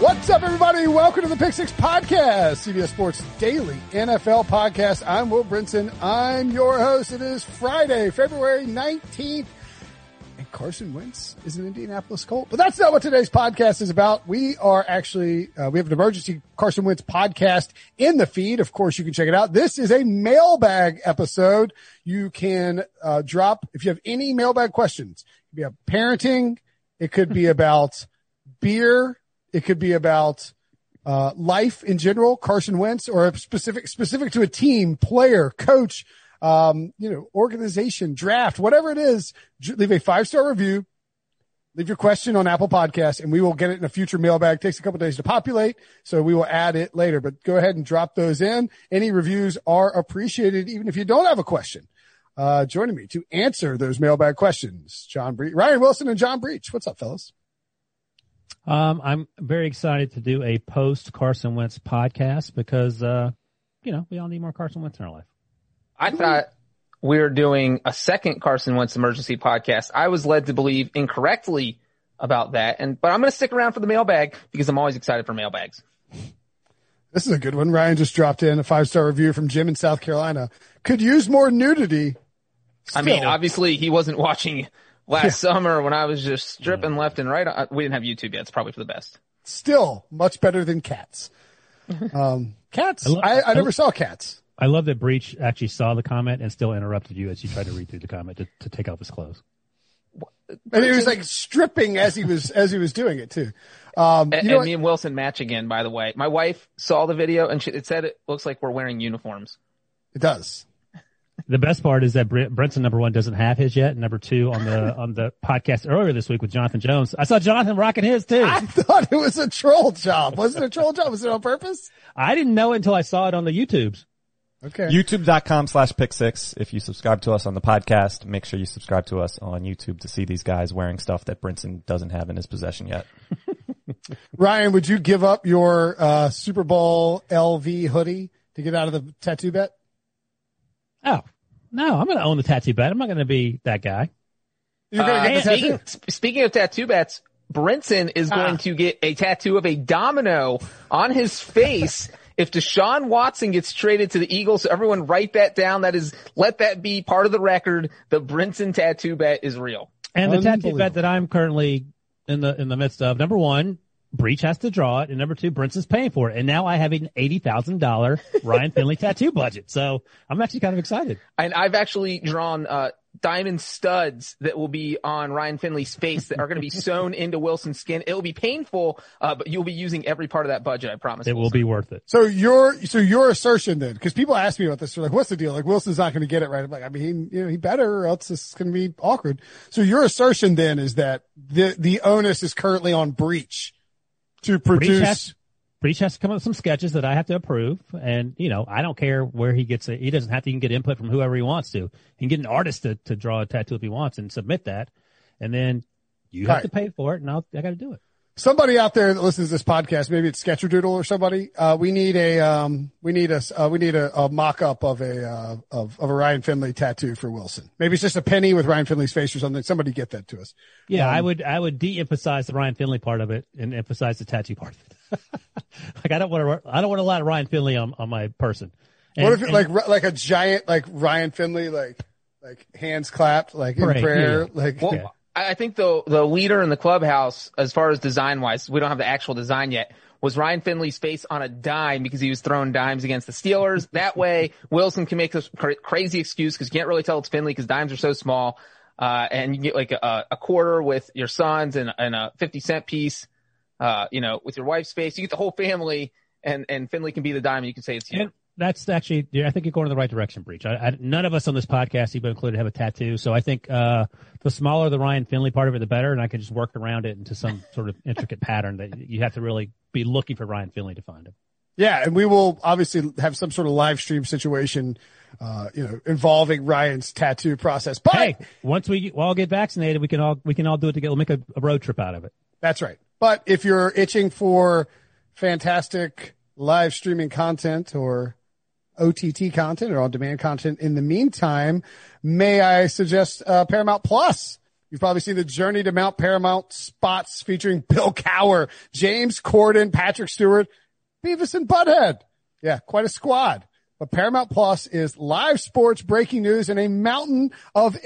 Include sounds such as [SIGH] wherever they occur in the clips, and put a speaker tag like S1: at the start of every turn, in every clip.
S1: What's up, everybody? Welcome to the Pick Six Podcast, CBS Sports Daily NFL Podcast. I'm Will Brinson. I'm your host. It is Friday, February 19th. And Carson Wentz is an Indianapolis Colt. But that's not what today's podcast is about. We are actually, uh, we have an emergency Carson Wentz podcast in the feed. Of course, you can check it out. This is a mailbag episode. You can uh, drop, if you have any mailbag questions, it could be about parenting, it could be about beer, it could be about uh, life in general, Carson Wentz, or a specific specific to a team, player, coach, um, you know, organization, draft, whatever it is. j- Leave a five star review. Leave your question on Apple Podcasts, and we will get it in a future mailbag. takes a couple days to populate, so we will add it later. But go ahead and drop those in. Any reviews are appreciated, even if you don't have a question. Uh, joining me to answer those mailbag questions, John Breach, Ryan Wilson, and John Breach. What's up, fellas?
S2: Um, I'm very excited to do a post Carson Wentz podcast because, uh, you know, we all need more Carson Wentz in our life.
S3: I thought we were doing a second Carson Wentz emergency podcast. I was led to believe incorrectly about that, and but I'm going to stick around for the mailbag because I'm always excited for mailbags.
S1: This is a good one. Ryan just dropped in a five star review from Jim in South Carolina. Could use more nudity.
S3: I mean,
S1: Still.
S3: obviously he wasn't watching last summer when I was just
S1: Mm.
S3: stripping left and right. Uh, We didn't have YouTube yet. It's probably for the best.
S1: Still much better than
S3: [LAUGHS]
S1: cats. Um, cats.
S2: I
S1: I,
S2: love-
S1: I,
S2: I
S1: never
S2: love-
S1: saw cats.
S2: I love that Breach actually saw the comment and still interrupted you as you tried to read through the comment to, to take off his clothes.
S1: And he was like stripping as he was, as he was doing it too. Um,
S3: And,
S1: you know
S3: and me
S1: what?
S3: and Wilson match again, by the way. My wife saw the video and she, it said it looks like we're wearing uniforms.
S1: it does. [LAUGHS]
S2: The best part is that Brent, Brentson number one doesn't have his yet. and Number two on [LAUGHS] the, on the podcast earlier this week with Jonathan Jones. I saw Jonathan rocking his too.
S1: I
S2: I,
S1: thought it was a troll job. Was it a troll job? Was it on purpose?
S2: didn't know it until I saw it on the YouTubes.
S1: Okay.
S4: YouTube.com slash pick six. If you subscribe to us on the podcast, make sure you subscribe to us on YouTube to see these guys wearing stuff that Brinson doesn't have in his possession yet.
S1: Ryan, would you give up your, uh, Super Bowl LV hoodie to get out of the tattoo bet?
S2: Oh, no, I'm going to own the tattoo bet. I'm not going to be that guy.
S1: You're going to
S3: Uh,
S1: get Ah. the tattoo.
S3: speaking, sp- speaking of tattoo bets, Brinson is going to get a tattoo of a domino on his face if Deshaun Watson gets traded to the Eagles. So everyone write that down. That is, let that be part of the record. The Brinson tattoo bet is real.
S2: And the tattoo
S1: Unbelievable.
S2: bet that I'm currently in the in the midst of, number one, Breach has to draw it, and number two, Brinson's paying for it. And now I have an eighty thousand [LAUGHS] dollar Ryan Finley tattoo budget. So I'm actually kind of excited.
S3: And I've actually drawn, uh, diamond studs that will be on Ryan Finley's face that are going to
S1: [LAUGHS]
S3: be sewn into Wilson's skin. It will be painful, uh, but you'll be using every part of that budget. I promise.
S2: It will
S3: Wilson.
S2: be worth it.
S1: So your so your assertion then, because people ask me about this, they're like, "What's the deal? Like Wilson's not going to get it right." I'm like, I mean, you know, he better, or else it's going to be awkward. So your assertion then is that the the onus is currently on Breach to produce.
S2: has- Breach has to come up with some sketches that I have to approve, and you know I don't care where he gets it. He doesn't have to even get input from whoever he wants to. He can get an artist to, to draw a tattoo if he wants and submit that, and then you have
S1: Right.
S2: to pay for it, and I'll, I got to do it.
S1: somebody out there that listens to this podcast, maybe it's Sketcherdoodle or somebody. Uh, we need a um, we need a s- uh, we need a, a mock up of a uh, of of a Ryan Finley tattoo for Wilson. Maybe it's just a penny with Ryan Finley's face or something. Somebody get that to us.
S2: Yeah,
S1: Um,
S2: I would I would de-emphasize the Ryan Finley part of it and emphasize the tattoo part of it. [LAUGHS] like I don't want to I don't want a lot of Ryan Finley on, on my person. And,
S1: what if it,
S2: and-
S1: like r- like a giant like Ryan Finley like like hands clapped like in
S2: Right,
S1: prayer
S2: yeah.
S1: like
S3: Well,
S2: Yeah.
S3: I I think the the leader in the clubhouse, as far as design wise, we don't have the actual design yet. Was Ryan Finley's face on a dime because he was throwing dimes against the Steelers? That way, Wilson can make this cra- crazy excuse because you can't really tell it's Finley because dimes are so small. Uh, and you get like a, a quarter with your sons and, and a 50 cent piece. uh, you know, with your wife's face. You get the whole family, and and Finley can be the diamond. You can say it's you.
S2: And that's actually, yeah, I think you're going in the right direction, Breach. I, I, none of us on this podcast, even included, have a tattoo. So I think, uh, the smaller the Ryan Finley part of it, the better. And I can just work around it into some sort of intricate pattern that you have to really be looking for Ryan Finley to find him.
S1: Yeah, and we will obviously have some sort of live stream situation, uh, you know, involving Ryan's tattoo process. But
S2: Hey, once we all get vaccinated, we can all, we can all do it together. We'll make a, a road trip out of it.
S1: that's right. But if you're itching for fantastic live streaming content or OTT content or on demand content in the meantime, may I suggest uh, Paramount Plus? You've probably seen the Journey to Mount Paramount spots featuring Bill Cower, James Corden, Patrick Stewart, Beavis and Butthead. Yeah, quite a squad. But Paramount Plus is live sports, breaking news, and a mountain of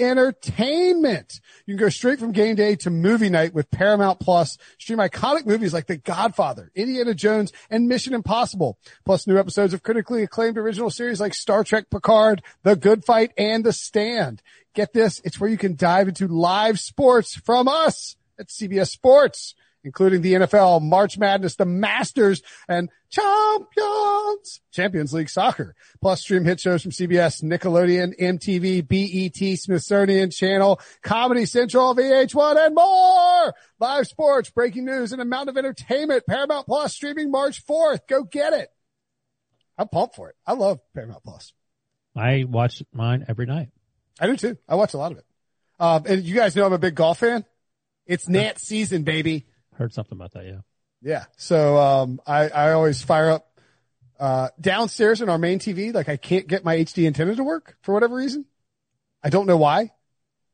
S1: entertainment. You can go straight from game day to movie night with Paramount Plus. Stream iconic movies like The Godfather, Indiana Jones, and Mission Impossible. Plus new episodes of critically acclaimed original series like Star Trek Picard, The Good Fight, and The Stand. Get this. It's where you can dive into live sports from us at CBS Sports including the NFL, March Madness, the Masters, and Champions, Champions League soccer. Plus stream hit shows from CBS, Nickelodeon, MTV, BET, E Smithsonian Channel, Comedy Central, VH1, and more. Live sports, breaking news, and amount of entertainment. Paramount Plus streaming March 4th. Go get it. I'm pumped for it. I love Paramount Plus.
S2: I watch mine every night.
S1: I do too. I watch a lot of it. Um, and you guys know I'm a big golf fan. It's Nant season, baby.
S2: Heard something about that. Yeah.
S1: Yeah. So um, I, I always fire up uh, downstairs in our main TV. Like I can't get my HD antenna to work for whatever reason. I don't know why.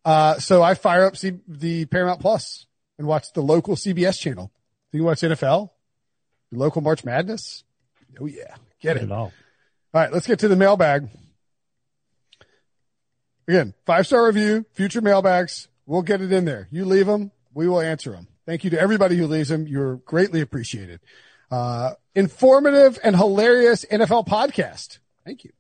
S1: Uh, so I fire up C- the Paramount Plus and watch the local CBS channel. You can watch NFL, your local March Madness. Oh yeah, get
S2: Not
S1: it.
S2: at all.
S1: All right, let's get to the mailbag. Again, five star review, future mailbags. We'll get it in there. You leave them, we will answer them. Thank you to everybody who leaves them. You're greatly appreciated. Uh, informative and hilarious NFL podcast. Thank you.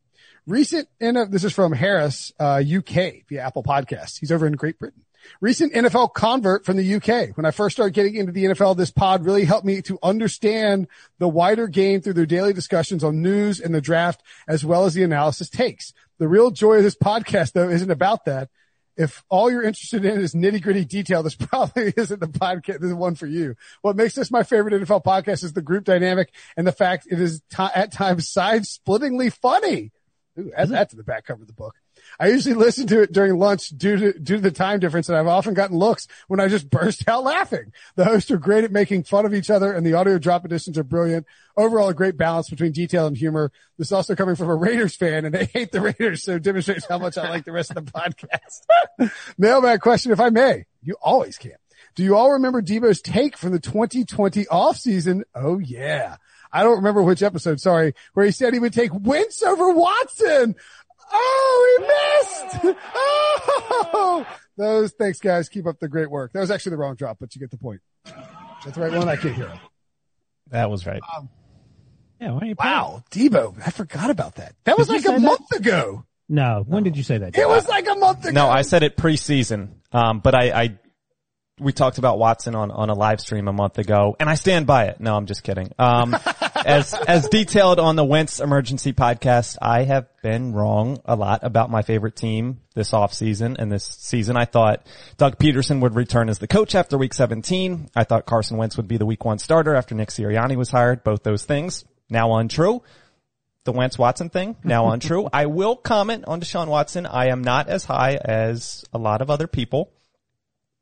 S1: Recent, N- this is from Harris, uh, UK via Apple Podcasts. He's over in Great Britain. Recent NFL convert from the UK. When I first started getting into the NFL, this pod really helped me to understand the wider game through their daily discussions on news and the draft, as well as the analysis takes. The real joy of this podcast, though, isn't about that. If all you're interested in is nitty gritty detail, this [LAUGHS] probably isn't the podcast, the one for you. What makes this my favorite NFL podcast is the group dynamic and the fact it is ti at times side splittingly funny. Ooh, add that to the back cover of the book. I usually listen to it during lunch due to due to the time difference, and I've often gotten looks when I just [LAUGHS] burst out laughing. The hosts are great at making fun of each other, and the audio drop editions are brilliant. Overall, a great balance between detail and humor. This is also coming from a Raiders fan, and they [LAUGHS] hate the Raiders, so it demonstrates how much I like the rest of the podcast. [LAUGHS] Mailbag question, if I may. You always can. Do you all remember Debo's take from the 2020 offseason? Oh yeah. I don't remember which episode, sorry, where he said he would take Wentz over Watson. Oh, he missed. Oh, those. Thanks guys. Keep up the great work. That was actually the wrong drop, but you get the point. That's the right one. I can't hear him.
S4: That was right.
S2: Yeah. Why are you
S1: Wow. Debo. I forgot about that. That was
S2: Did you
S1: like a
S2: say that?
S1: month ago.
S2: No. When did you say that?
S1: It was like a month ago.
S4: No, I said it preseason. Um, but I, I, we talked about Watson on, on a live stream a month ago and I stand by it. No, I'm just kidding. Um, as, as detailed on the Wentz emergency podcast, I have been wrong a lot about my favorite team this offseason and this season. I thought Doug Peterson would return as the coach after week 17. I thought Carson Wentz would be the week one starter after Nick Sirianni was hired. Both those things now untrue the Wentz Watson thing now untrue. I will comment on Deshaun Watson. I am not as high as a lot of other people.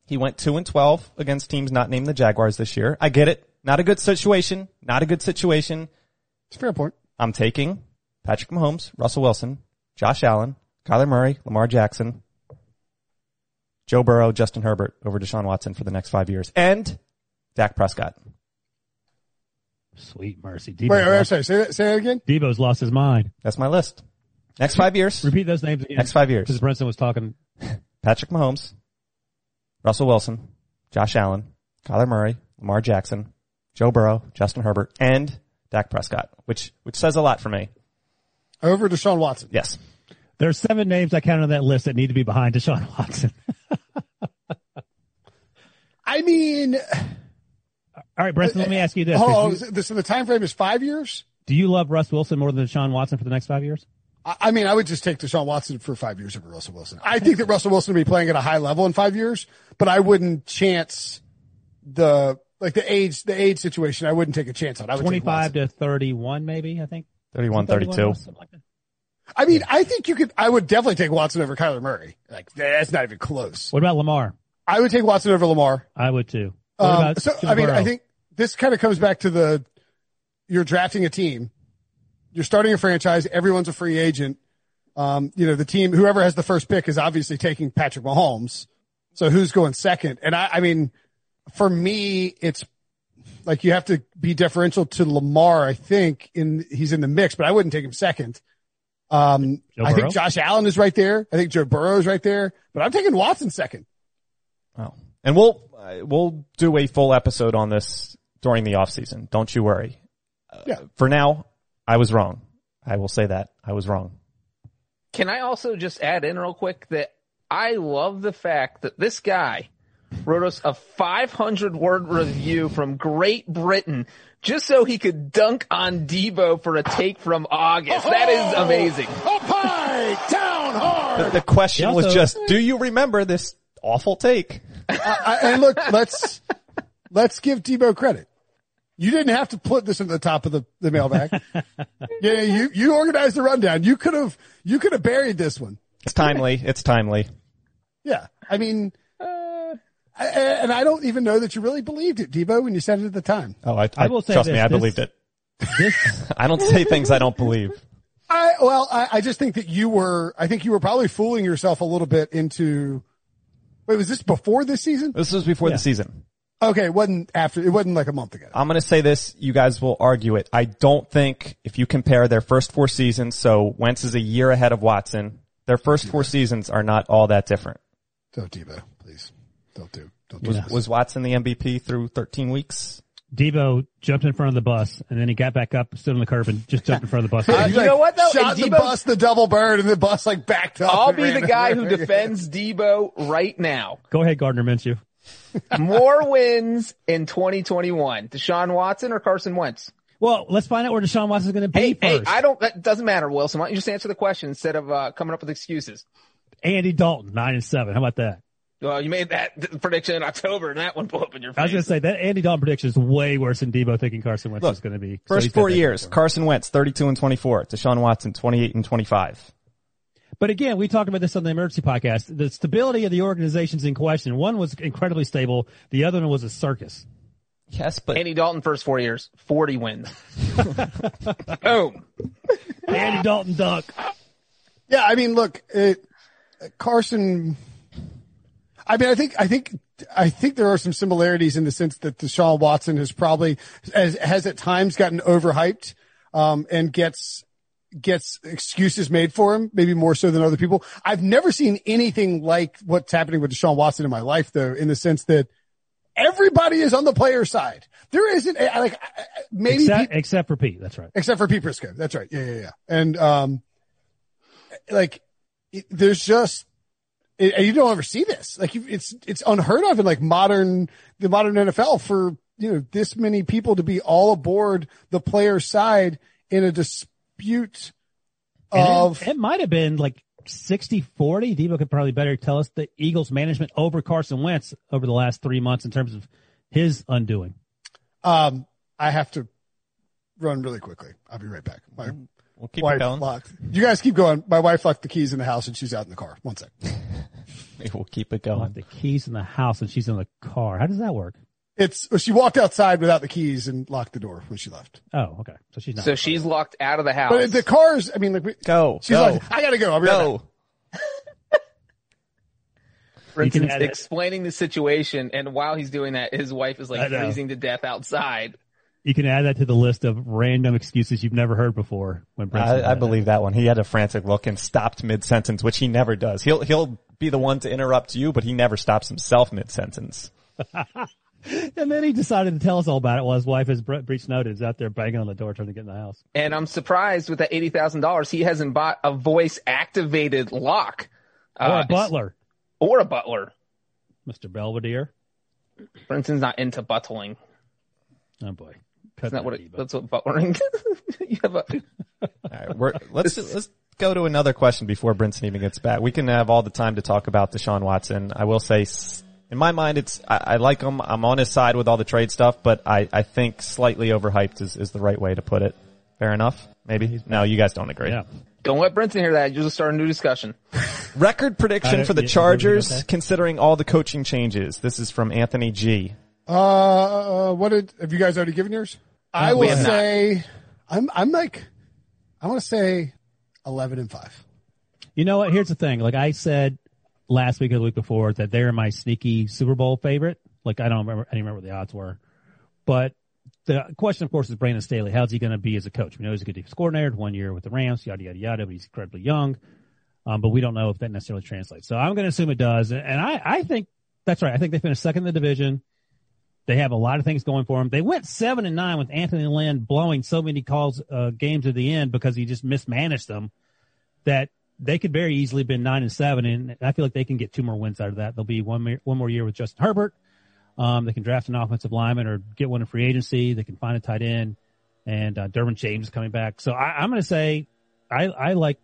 S4: He went two and twelve against teams not named the Jaguars this year. I get it. Not a good situation. Not a good situation.
S1: It's a fair point.
S4: I'm taking Patrick Mahomes, Russell Wilson, Josh Allen, Kyler Murray, Lamar Jackson, Joe Burrow, Justin Herbert over Deshaun Watson for the next five years, and Dak Prescott.
S2: Sweet mercy. Debo's,
S1: Wait, wait,
S2: lost,
S1: sorry. Say that, say that again.
S2: Debo's lost his mind.
S4: That's my list. Next five years.
S2: Repeat those names again.
S4: Next five years.
S2: Because Brinson was talking.
S4: Patrick Mahomes, Russell Wilson, Josh Allen, Kyler Murray, Lamar Jackson, Joe Burrow, Justin Herbert, and Dak Prescott, which which says a lot for me.
S1: Over to Sean Watson.
S4: Yes.
S2: There are seven names I counted on that list that need to be behind Deshaun Watson.
S1: I mean,
S2: [LAUGHS] All right, Breston, let me ask you this.
S1: Oh,
S2: Do you,
S1: is it- so the time frame is five years.
S2: do you love Russ Wilson more than Deshaun Watson for the next five years?
S1: I I mean, I would just take Deshaun Watson for five years over Russell Wilson. I think that Russell Wilson will be playing at a high level in five years, but I wouldn't chance the like the age the age situation. I wouldn't take a chance on. I would take
S2: 25
S1: Watson.
S2: to 31, maybe, I think.
S4: 31, 32.
S2: Russ, something like that.
S1: I mean, I think you could. I would definitely take Watson over Kyler Murray. Like that's not even close.
S2: What about Lamar?
S1: I would take Watson over Lamar.
S2: I would too. What
S1: Um,
S2: about
S1: so
S2: Joe
S1: I mean,
S2: Burrow?
S1: I think this kind of comes back to the you're drafting a team, you're starting a franchise, everyone's a free agent. Um, you know, the team, whoever has the first pick is obviously taking Patrick Mahomes. So who's going second? And I, I mean, for me, it's like you have to be deferential to Lamar. I think in he's in the mix, but I wouldn't take him second. Um,
S2: Joe
S1: I
S2: Burrow?
S1: think Josh Allen is right there. I think Joe Burrow is right there, but I'm taking Watson second.
S4: Oh. And we'll, uh, we'll do a full episode on this during the off season. Don't you worry. Uh,
S1: Yeah.
S4: For now, I was wrong. I will say that I was wrong.
S3: Can I also just add in real quick that I love the fact that this guy wrote us a 500 word review from Great Britain just so he could dunk on Debo for a take from August. [LAUGHS] That is
S2: Oh!
S3: amazing.
S1: Up high, Oh, down hard.
S4: The question
S2: He
S4: was
S2: also-
S4: just, do you remember this awful take?
S1: I, and look, let's let's give Debo credit. You didn't have to put this at the top of the, the mailbag. [LAUGHS] yeah, you you organized the rundown. You could have you could have buried this one.
S4: It's timely. It's timely.
S1: Yeah, I mean, Uh. I- and I don't even know that you really believed it, Debo, when you said it at the time.
S4: Oh, I, I,
S2: will say
S4: trust me.
S2: this,
S4: I
S2: this-
S4: believed it.
S2: This,
S4: [LAUGHS] I don't say things I don't believe.
S1: I well, I, I just think that you were. I think you were probably fooling yourself a little bit into. Wait, was this before this season?
S4: This was before the season.
S1: Okay, it wasn't after. It wasn't like a month ago.
S4: I'm going to say this. You guys will argue it. I don't think if you compare their first four seasons, so Wentz is a year ahead of Watson. Their first four seasons are not all that different.
S1: Don't Debo, please. Don't do. Don't do.
S4: Was,
S1: this.
S4: was Watson the MVP through 13 weeks?
S2: Debo jumped in front of the bus and then he got back up, stood on the curb and just jumped in front of
S1: [LAUGHS]
S2: the bus.
S1: Uh,
S3: You know what, though?
S1: Shot
S3: And
S1: the
S3: Debo-
S1: bus the double bird, and the bus like backed up.
S3: I'll
S1: and
S3: be
S1: ran
S3: the
S1: [LAUGHS]
S2: [LAUGHS]
S3: guy
S1: over.
S3: who defends Debo right now.
S2: Go ahead, Gardner Minshew.
S3: More wins in 2021. Deshaun Watson or Carson Wentz?
S2: Well, let's find out where Deshaun Watson's going to be
S3: Hey, hey,
S2: first.
S3: I don't, that doesn't matter, Wilson. Why don't you just answer the question instead of uh, coming up with excuses?
S2: Andy Dalton, nine and seven. How about that?
S3: Well, you made that [LAUGHS] th- prediction in October, and that one blew up in your face.
S2: I was going to say that Andy Dalton prediction is way worse than Debo thinking Carson Wentz
S4: Look,
S2: is going to be. So
S4: First
S2: he's got
S4: four
S2: that.
S4: years, Carson Wentz 32 and 24, Deshaun Watson 28 and 25.
S2: But again, we talked about this on the emergency podcast. The stability of the organizations in question. One was incredibly stable. The other one was a circus.
S4: Yes, but
S3: Andy Dalton first four years, 40 wins. Boom.
S2: Andy Dalton duck.
S1: Yeah, I mean, look, it, Carson. I mean, I think, I think, I think there are some similarities in the sense that Deshaun Watson has probably has, has at times gotten overhyped, um, and gets gets excuses made for him, maybe more so than other people. I've never seen anything like what's happening with Deshaun Watson in my life, though, in the sense that everybody is on the player side. There isn't a- like I- I- maybe people-
S2: Except, except for Pete. That's right.
S1: except for Pete Prisco. That's right. Yeah, yeah, yeah. And um, like it, there's just it, and you don't ever see this. Like you, it's it's unheard of in like modern the modern NFL for you know this many people to be all aboard the player side in a dispute
S2: And it-
S1: of
S2: it, might have been like 60 40. Debo could probably better tell us the Eagles management over Carson Wentz over the last three months in terms of his undoing.
S1: um. I have to run really quickly. I'll be right back. My
S4: we'll keep it
S1: wife
S4: going.
S1: locked. You guys keep going. My wife locked the keys in the house and she's out in the car. One sec.
S4: [LAUGHS] We'll keep it
S2: Lock
S4: going.
S2: the keys in the house and she's in the car. How does that work?
S1: It's she walked outside without the keys and locked the door when she left.
S2: Oh, okay. So she's not.
S3: So she's locked out of the house.
S1: But the cars, I mean, like, we-
S4: Go,
S1: she's
S4: go,
S1: like, I gotta go. I'll be right back.
S4: go.
S2: You
S3: Brinson's
S2: can add it.
S3: explaining the situation, and while he's doing that, his wife is
S2: I
S3: like
S2: know.
S3: freezing to death outside.
S2: you can add that to the list of random excuses you've never heard before when Brent's
S4: I, I believe that one. He had a frantic look and stopped mid sentence, which he never does. He'll he'll be the one to interrupt you, but he never stops himself mid sentence.
S2: And then he decided to tell us all about it while his wife, as Bre- Breach noted, is out there banging on the door trying to get in the house.
S3: And I'm surprised with that $80,000, he hasn't bought a voice activated lock.
S2: Or
S3: Uh,
S2: a butler,
S3: Or a butler.
S2: Mr. Belvedere.
S3: Brinson's not into buttling.
S2: Oh boy. Cut
S3: Isn't that what
S2: Debo.
S3: it, that's what butlering? [LAUGHS] you have a,
S4: All right, we're, let's let's go to another question before Brinson even gets back. We can have all the time to talk about Deshaun Watson. I will say, s- in my mind, it's I, I like him. I'm on his side with all the trade stuff, but I, I think slightly overhyped is, is the right way to put it. Fair enough. Maybe no, you guys don't agree.
S2: Yeah.
S3: don't let Brinson hear that. You'll just start a new discussion.
S4: Record prediction
S2: Uh,
S4: for the
S2: yeah,
S4: Chargers,
S2: we got that.
S4: considering all the coaching changes. This is from Anthony G.
S1: Uh, uh, what did have you guys already given yours? I will
S3: Uh, have not.
S1: say, I'm I'm like, I want to say, eleven and five.
S2: You know what? Here's the thing. Like I said last week or the week before that they're my sneaky Super Bowl favorite. Like I don't remember, I don't remember what the odds were, but the question, of course, is Brandon Staley. How's he going to be as a coach? We know he's a good defense coordinator. One year with the Rams, yada yada yada. But he's incredibly young. Um, but we don't know if that necessarily translates. So I'm going to assume it does. And I, I think that's right. I think they finished second in the division. They have a lot of things going for them. They went seven and nine with Anthony Lynn blowing so many calls, uh, games at the end because he just mismanaged them that they could very easily have been nine and seven. And I feel like they can get two more wins out of that. They'll be one, more- one more year with Justin Herbert. Um, they can draft an offensive lineman or get one in free agency. They can find a tight end and, uh, Derwin James is coming back. So I, I'm going to say I, I like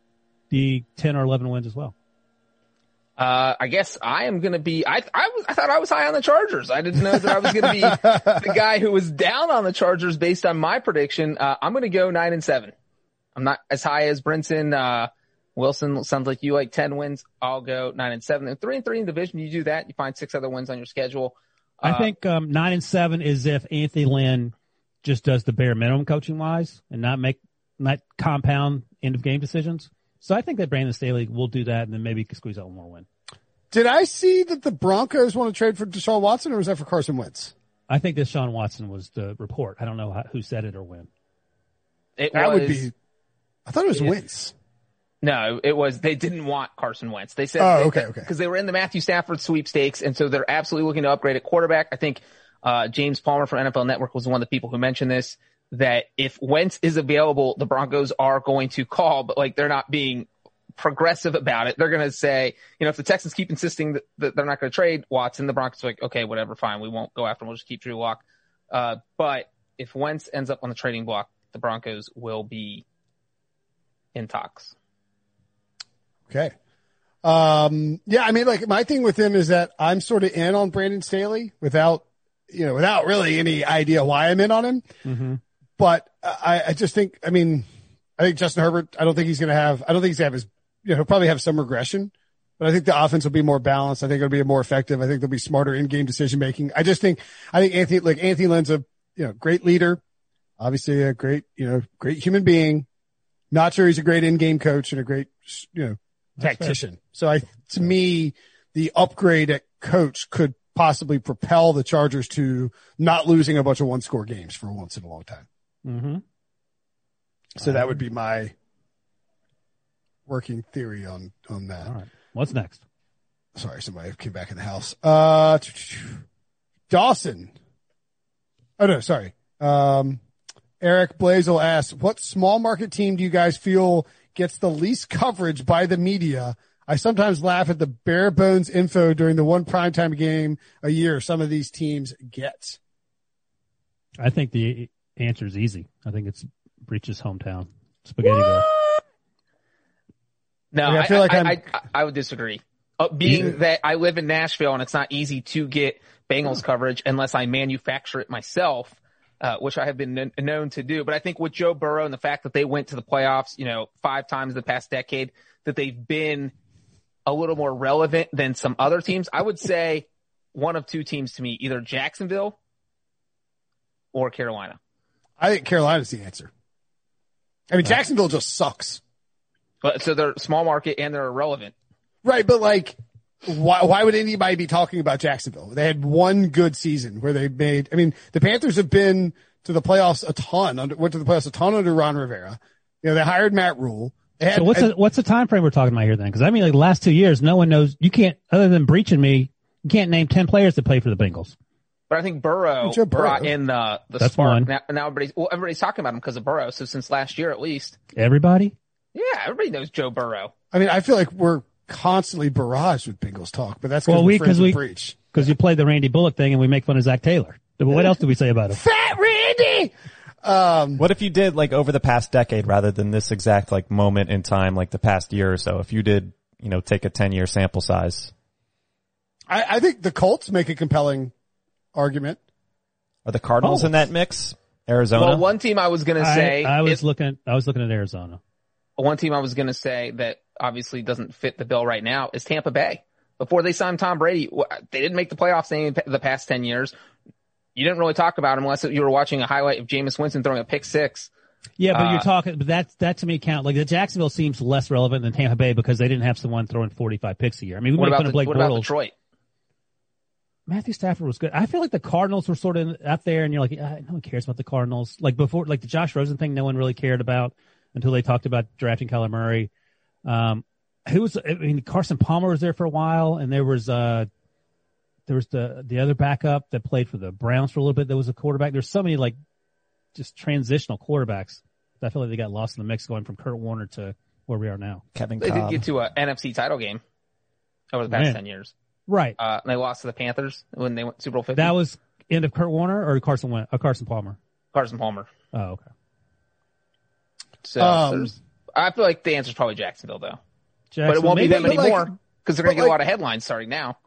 S2: the 10 or 11 wins as well.
S3: Uh, I guess I am gonna be. I I was. I thought I was high on the Chargers. I didn't know that I was
S1: [LAUGHS]
S3: gonna be the guy who was down on the Chargers based on my prediction. Uh, I'm gonna go nine and seven. I'm not as high as Brinson. Uh, Wilson sounds like you like ten wins. I'll go nine and seven. And three and three in division. You do that, you find six other wins on your schedule.
S2: I
S3: Uh,
S2: think, um, nine and seven is if Anthony Lynn just does the bare minimum coaching wise and not make, not compound end of game decisions. So I think that Brandon Staley will do that and then maybe squeeze out one more win.
S1: Did I see that the Broncos want to trade for Deshaun Watson, or was that for Carson Wentz?
S2: I think that Sean Watson was the report. I don't know how, who said it or when.
S3: it
S1: That would
S3: was-
S1: be. I thought it was Wentz.
S3: No, it was they didn't want Carson Wentz. They said
S1: Oh, okay, okay.
S3: because they were in the Matthew Stafford sweepstakes, and so they're absolutely looking to upgrade at quarterback. I think uh, James Palmer from NFL Network was one of the people who mentioned this that if Wentz is available, the Broncos are going to call, but like they're not being progressive about it. They're going to say, you know, if the Texans keep insisting that, that they're not going to trade Watson, the Broncos are like, okay, whatever, fine, we won't go after him. We'll just keep Drew Lock. Uh, but if Wentz ends up on the trading block, the Broncos will be in talks.
S1: Okay. Um, yeah, I mean, like my thing with him is that I'm sort of in on Brandon Staley without, you know, without really any idea why I'm in on him.
S2: Mm-hmm.
S1: But I, I just think, I mean, I think Justin Herbert, I don't think he's going to have, I don't think he's going to have his, you know, he'll probably have some regression, but I think the offense will be more balanced. I think it'll be more effective. I think there'll be smarter in game decision making. I just think, I think Anthony, like Anthony Lynn's a, you know, great leader, obviously a great, you know, great human being. Not sure he's a great in game coach and a great, you know, tactician. So I, to me, the upgrade at coach could possibly propel the Chargers to not losing a bunch of one score games for once in a long time.
S2: Mm-hmm.
S1: So that would be my working theory on on that.
S2: All right. What's next?
S1: Sorry, somebody came back in the house. Uh, Dawson. Oh no, sorry. Um, Eric Blazel asks, "What small market team do you guys feel gets the least coverage by the media?" I sometimes laugh at the bare bones info during the one primetime game a year some of these teams get.
S2: I think the answer is easy. I think it's Breach's hometown spaghetti. Girl.
S3: No,
S1: Like,
S3: I,
S1: I feel like
S3: I,
S1: I'm-
S3: I, I, I would disagree. Uh, being that I live in Nashville and it's not easy to get Bengals coverage unless I manufacture it myself, uh, which I have been kn- known to do. But I think with Joe Burrow and the fact that they went to the playoffs, you know, five times the past decade, that they've been a little more relevant than some other teams. I would say one of two teams to me, either Jacksonville or Carolina.
S1: I think Carolina's the answer. I mean, Jacksonville just sucks.
S3: But so they're small market and they're irrelevant.
S1: Right, but like, why, why would anybody be talking about Jacksonville? They had one good season where they made, I mean, the Panthers have been to the playoffs a ton, under, went to the playoffs a ton under Ron Rivera. You know, they hired Matt Rule. They had,
S2: So what's
S1: and-
S2: the, what's the time frame we're talking about here then? Because I mean, like the last two years, no one knows. You can't, other than Breach and me, you can't name ten players that play for the Bengals.
S3: But I think Burrow,
S1: Joe Burrow.
S3: brought in the the
S2: That's
S3: spark.
S2: one.
S3: Now, now everybody's well, everybody's talking about him because of Burrow. So since last year, at least,
S2: Everybody.
S3: yeah, everybody knows Joe Burrow.
S1: I mean, I feel like we're constantly barraged with Bengals talk, but that's because
S2: Well,
S1: we're
S2: we-
S1: friends
S2: 'cause
S1: with
S2: we-
S1: Breach.
S2: Because you played the Randy Bullock thing and we make fun of Zach Taylor. But What else did we say about him?
S1: Fat Randy! baby. Um,
S4: What if you did like over the past decade rather than this exact like moment in time, like the past year or so? If you did, you know, take a 10 year sample size,
S1: I, I think the Colts make a compelling argument.
S4: are the Cardinals in that mix? Arizona?
S3: Oh. Well, one team I was gonna say
S2: I, I was
S3: is-
S2: looking. I was looking at Arizona.
S3: one team I was going to say that obviously doesn't fit the bill right now is Tampa Bay. Before they signed Tom Brady, wh- they didn't make the playoffs any of the past 10 years. You didn't really talk about him unless you were watching a highlight of Jameis Winston throwing a pick six.
S2: Yeah, but you're
S3: Uh,
S2: talking, but that's, that to me count, like the Jacksonville seems less relevant than Tampa Bay because they didn't have someone throwing 45 picks a year. I mean, we made
S3: What about,
S2: fun
S3: the,
S2: of Blake
S3: what about
S2: Bortles.
S3: Detroit?
S2: Matthew Stafford was good. I feel like the Cardinals were sort of out there and you're like, ah, no one cares about the Cardinals. Like before, like the Josh Rosen thing, no one really cared about until they talked about drafting Kyler Murray. Um, who was, I mean, Carson Palmer was there for a while and there was, uh, there was the, the other backup that played for the Browns for a little bit that was a quarterback. There's so many like just transitional quarterbacks that I feel like they got lost in the mix going from Kurt Warner to where we are now.
S4: Kevin
S3: They did
S4: Cobb.
S3: get to a NFC title game over the past
S2: Man.
S3: 10 years.
S2: Right.
S3: Uh, and they lost to the Panthers when they went Super Bowl 50.
S2: That was end of Kurt Warner or Carson Wen- uh, Carson Palmer.
S3: Carson Palmer.
S2: Oh, okay.
S3: So
S1: Um,
S3: there's- I feel like the answer's probably Jacksonville though, but it
S2: Jackson,
S3: won't be
S2: maybe-
S3: them
S1: but like-
S3: anymore because they're going
S1: but
S3: to
S1: like-
S3: get a lot of headlines starting now.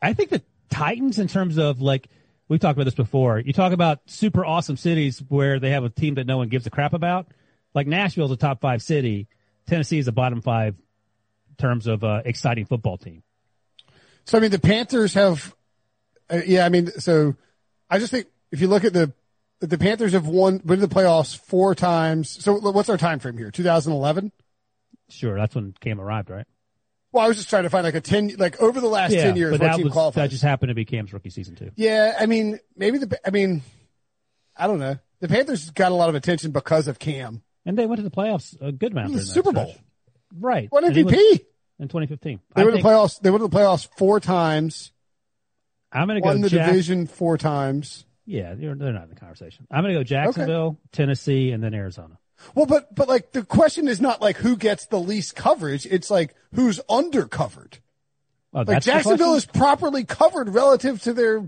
S2: I think the Titans, in terms of like, we've talked about this before. You talk about super awesome cities where they have a team that no one gives a crap about. Like Nashville's a top five city. Tennessee is a bottom five in terms of uh, exciting football team.
S1: So I mean, the Panthers have, uh, yeah. I mean, so I just think if you look at the the Panthers have won been to the playoffs four times. So what's our time frame here? 2011.
S2: Sure, that's when Cam arrived, right?
S1: Well, I was just trying to find like a ten, like over the last ten years,
S2: but
S1: what
S2: that,
S1: team
S2: was-
S1: qualifies.
S2: that just happened to be Cam's rookie season too.
S1: Yeah, I mean, maybe the. I mean, I don't know. The Panthers got a lot of attention because of Cam,
S2: And they went to the playoffs a good amount.
S1: It was
S2: during that
S1: Super Bowl.
S2: stretch. Right.
S1: one
S2: And he
S1: MVP.
S2: was- in 2015.
S1: they
S2: I
S1: went to
S2: think
S1: the playoffs. They went to the playoffs four times.
S2: I'm going to
S1: Won
S2: go
S1: the
S2: Jack-
S1: division four times.
S2: Yeah, they're, they're not in the conversation. I'm going to go Jacksonville, Tennessee, and then Arizona.
S1: Well, but but like the question is not like who gets the least coverage. It's like who's undercovered.
S2: Oh,
S1: Like
S2: that's the
S1: Jacksonville
S2: question?
S1: is properly covered relative to their.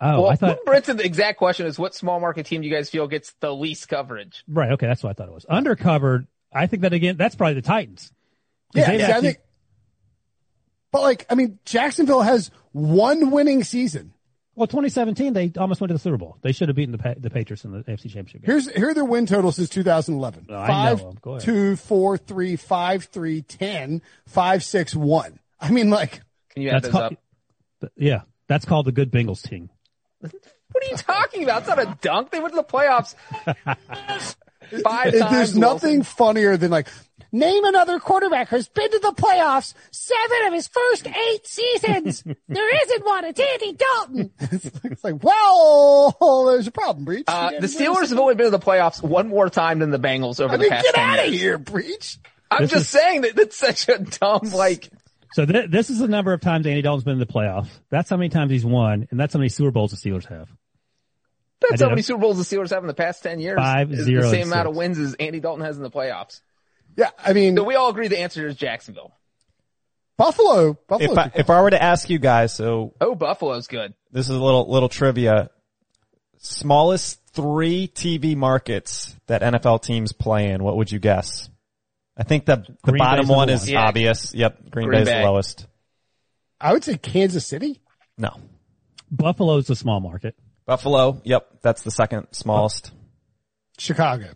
S2: Oh,
S3: well,
S2: I thought.
S3: Brinson, the exact question is what small market team do you guys feel gets the least coverage?
S2: Right. Okay. That's what I thought it was. Undercovered. I think that again, that's probably the Titans. 'Cause
S1: Yeah,
S2: they've
S1: see, I
S2: actually-
S1: think. But like, I mean, Jacksonville has one winning season.
S2: well, 2017, they almost went to the Super Bowl. They should have beaten the, pa- the Patriots in the AFC Championship game.
S1: Here's here are their win totals since 2011.
S2: Oh, I
S1: Five,
S2: know 'em. Go ahead.
S1: two, four, three, five, three, 10, five, six, one. I mean, like,
S3: Can you add
S2: That's
S3: those up?
S2: called, yeah, that's called the good Bengals team.
S3: What are you talking about? It's not a dunk. They went to the playoffs
S2: [LAUGHS]
S3: five
S1: it-
S3: times.
S1: there's nothing funnier than like, name another quarterback who's been to the playoffs seven of his first eight seasons. there isn't one. It's Andy Dalton. it's, like- [LAUGHS] it's like, well, there's a problem, Breach.
S3: Uh,
S1: You
S3: the
S1: didn't win a
S3: Steelers have only been to the playoffs one more time than the Bengals over
S1: I
S3: the
S1: mean,
S3: past
S1: get
S3: 10
S1: out of
S3: years.
S1: here, Breach.
S3: I'm
S2: This
S3: just
S2: is-
S3: saying that that's such a dumb, like,
S2: So th- this is the number of times Andy Dalton's been in the playoffs. That's how many times he's won, and that's how many Super Bowls the Steelers have.
S3: that's
S2: I
S3: how
S2: did.
S3: many Super Bowls the Steelers have in the past 10 years.
S2: Five,
S3: It's
S2: zero,
S3: The
S2: and
S3: same amount
S2: six.
S3: of wins as Andy Dalton has in the playoffs.
S1: Yeah, I mean,
S3: So we all agree the answer is Jacksonville.
S1: Buffalo, Buffalo.
S4: if I, if I were to ask you guys, so
S3: Oh, Buffalo's good.
S4: this is a little, little trivia. Smallest three TV markets that NFL teams play in. What would you guess? I think the, the
S2: Green
S4: bottom
S2: Bay's
S4: one
S2: number
S3: one.
S4: is
S3: Yeah.
S4: obvious. Yep. Green,
S3: Green
S4: Bay's
S3: Bay.
S4: the lowest.
S1: I would say Kansas City.
S4: No.
S2: Buffalo's a small market.
S4: Buffalo. Yep. That's the second smallest.
S1: Chicago.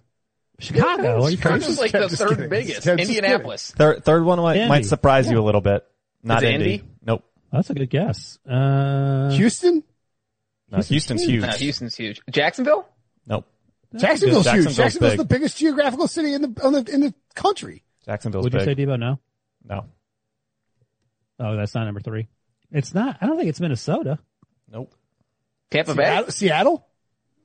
S2: Chicago. Are you
S3: They're
S2: crazy?
S3: just like
S1: kidding,
S3: the
S1: just
S3: third
S1: kidding, just
S3: biggest.
S1: kidding.
S3: Indianapolis.
S4: Third, third one might,
S2: Indy.
S4: might surprise you a little bit. Not
S3: it
S4: Indy.
S3: Indy?
S4: Nope.
S2: That's a good guess. Uh,
S1: Houston?
S4: No, Houston's huge.
S3: No, Uh, Houston's huge. Jacksonville?
S4: Nope.
S1: Jacksonville's
S4: good.
S1: huge.
S4: Jacksonville's
S1: Jacksonville's
S4: big.
S1: the biggest geographical city in the, on the in the country.
S4: Jacksonville's
S2: would you
S4: big.
S2: say Debo? No.
S4: no.
S2: Oh, that's not number three. It's not. I don't think it's Minnesota.
S4: Nope.
S3: Tampa Bay?
S1: Seattle, Seattle?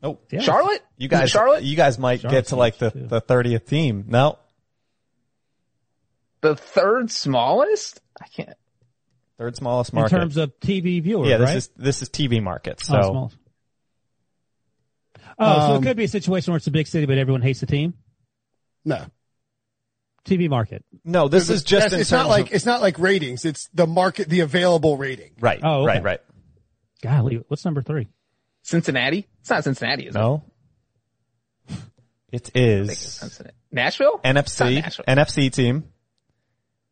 S4: Nope.
S2: Yeah.
S3: Charlotte? Is
S4: You
S3: it
S4: guys,
S3: Charlotte?
S4: you guys might get
S2: Charlotte's
S4: to like the,
S2: huge, too.
S4: the 30th team. No.
S3: the third smallest? I can't.
S4: Third smallest
S2: in
S4: market.
S2: terms of TV viewers,
S4: yeah, this
S2: right?
S4: is, this is TV market. So.
S2: oh, small. Oh, so
S1: Um,
S2: it could be a situation where it's a big city, but everyone hates the team.
S1: No.
S2: TV market.
S4: No, this is just
S1: That's-
S4: in
S1: it's not
S4: terms
S1: like
S4: of,
S1: it's not like ratings. It's the market, the available rating.
S4: right,
S2: Oh, okay.
S4: right, right.
S2: Golly, what's number three?
S3: Cincinnati? It's not Cincinnati, is it?
S4: No. It
S3: It's
S4: is
S3: Cincinnati. Nashville? It's not
S4: NFC
S3: Nashville.
S4: NFC team.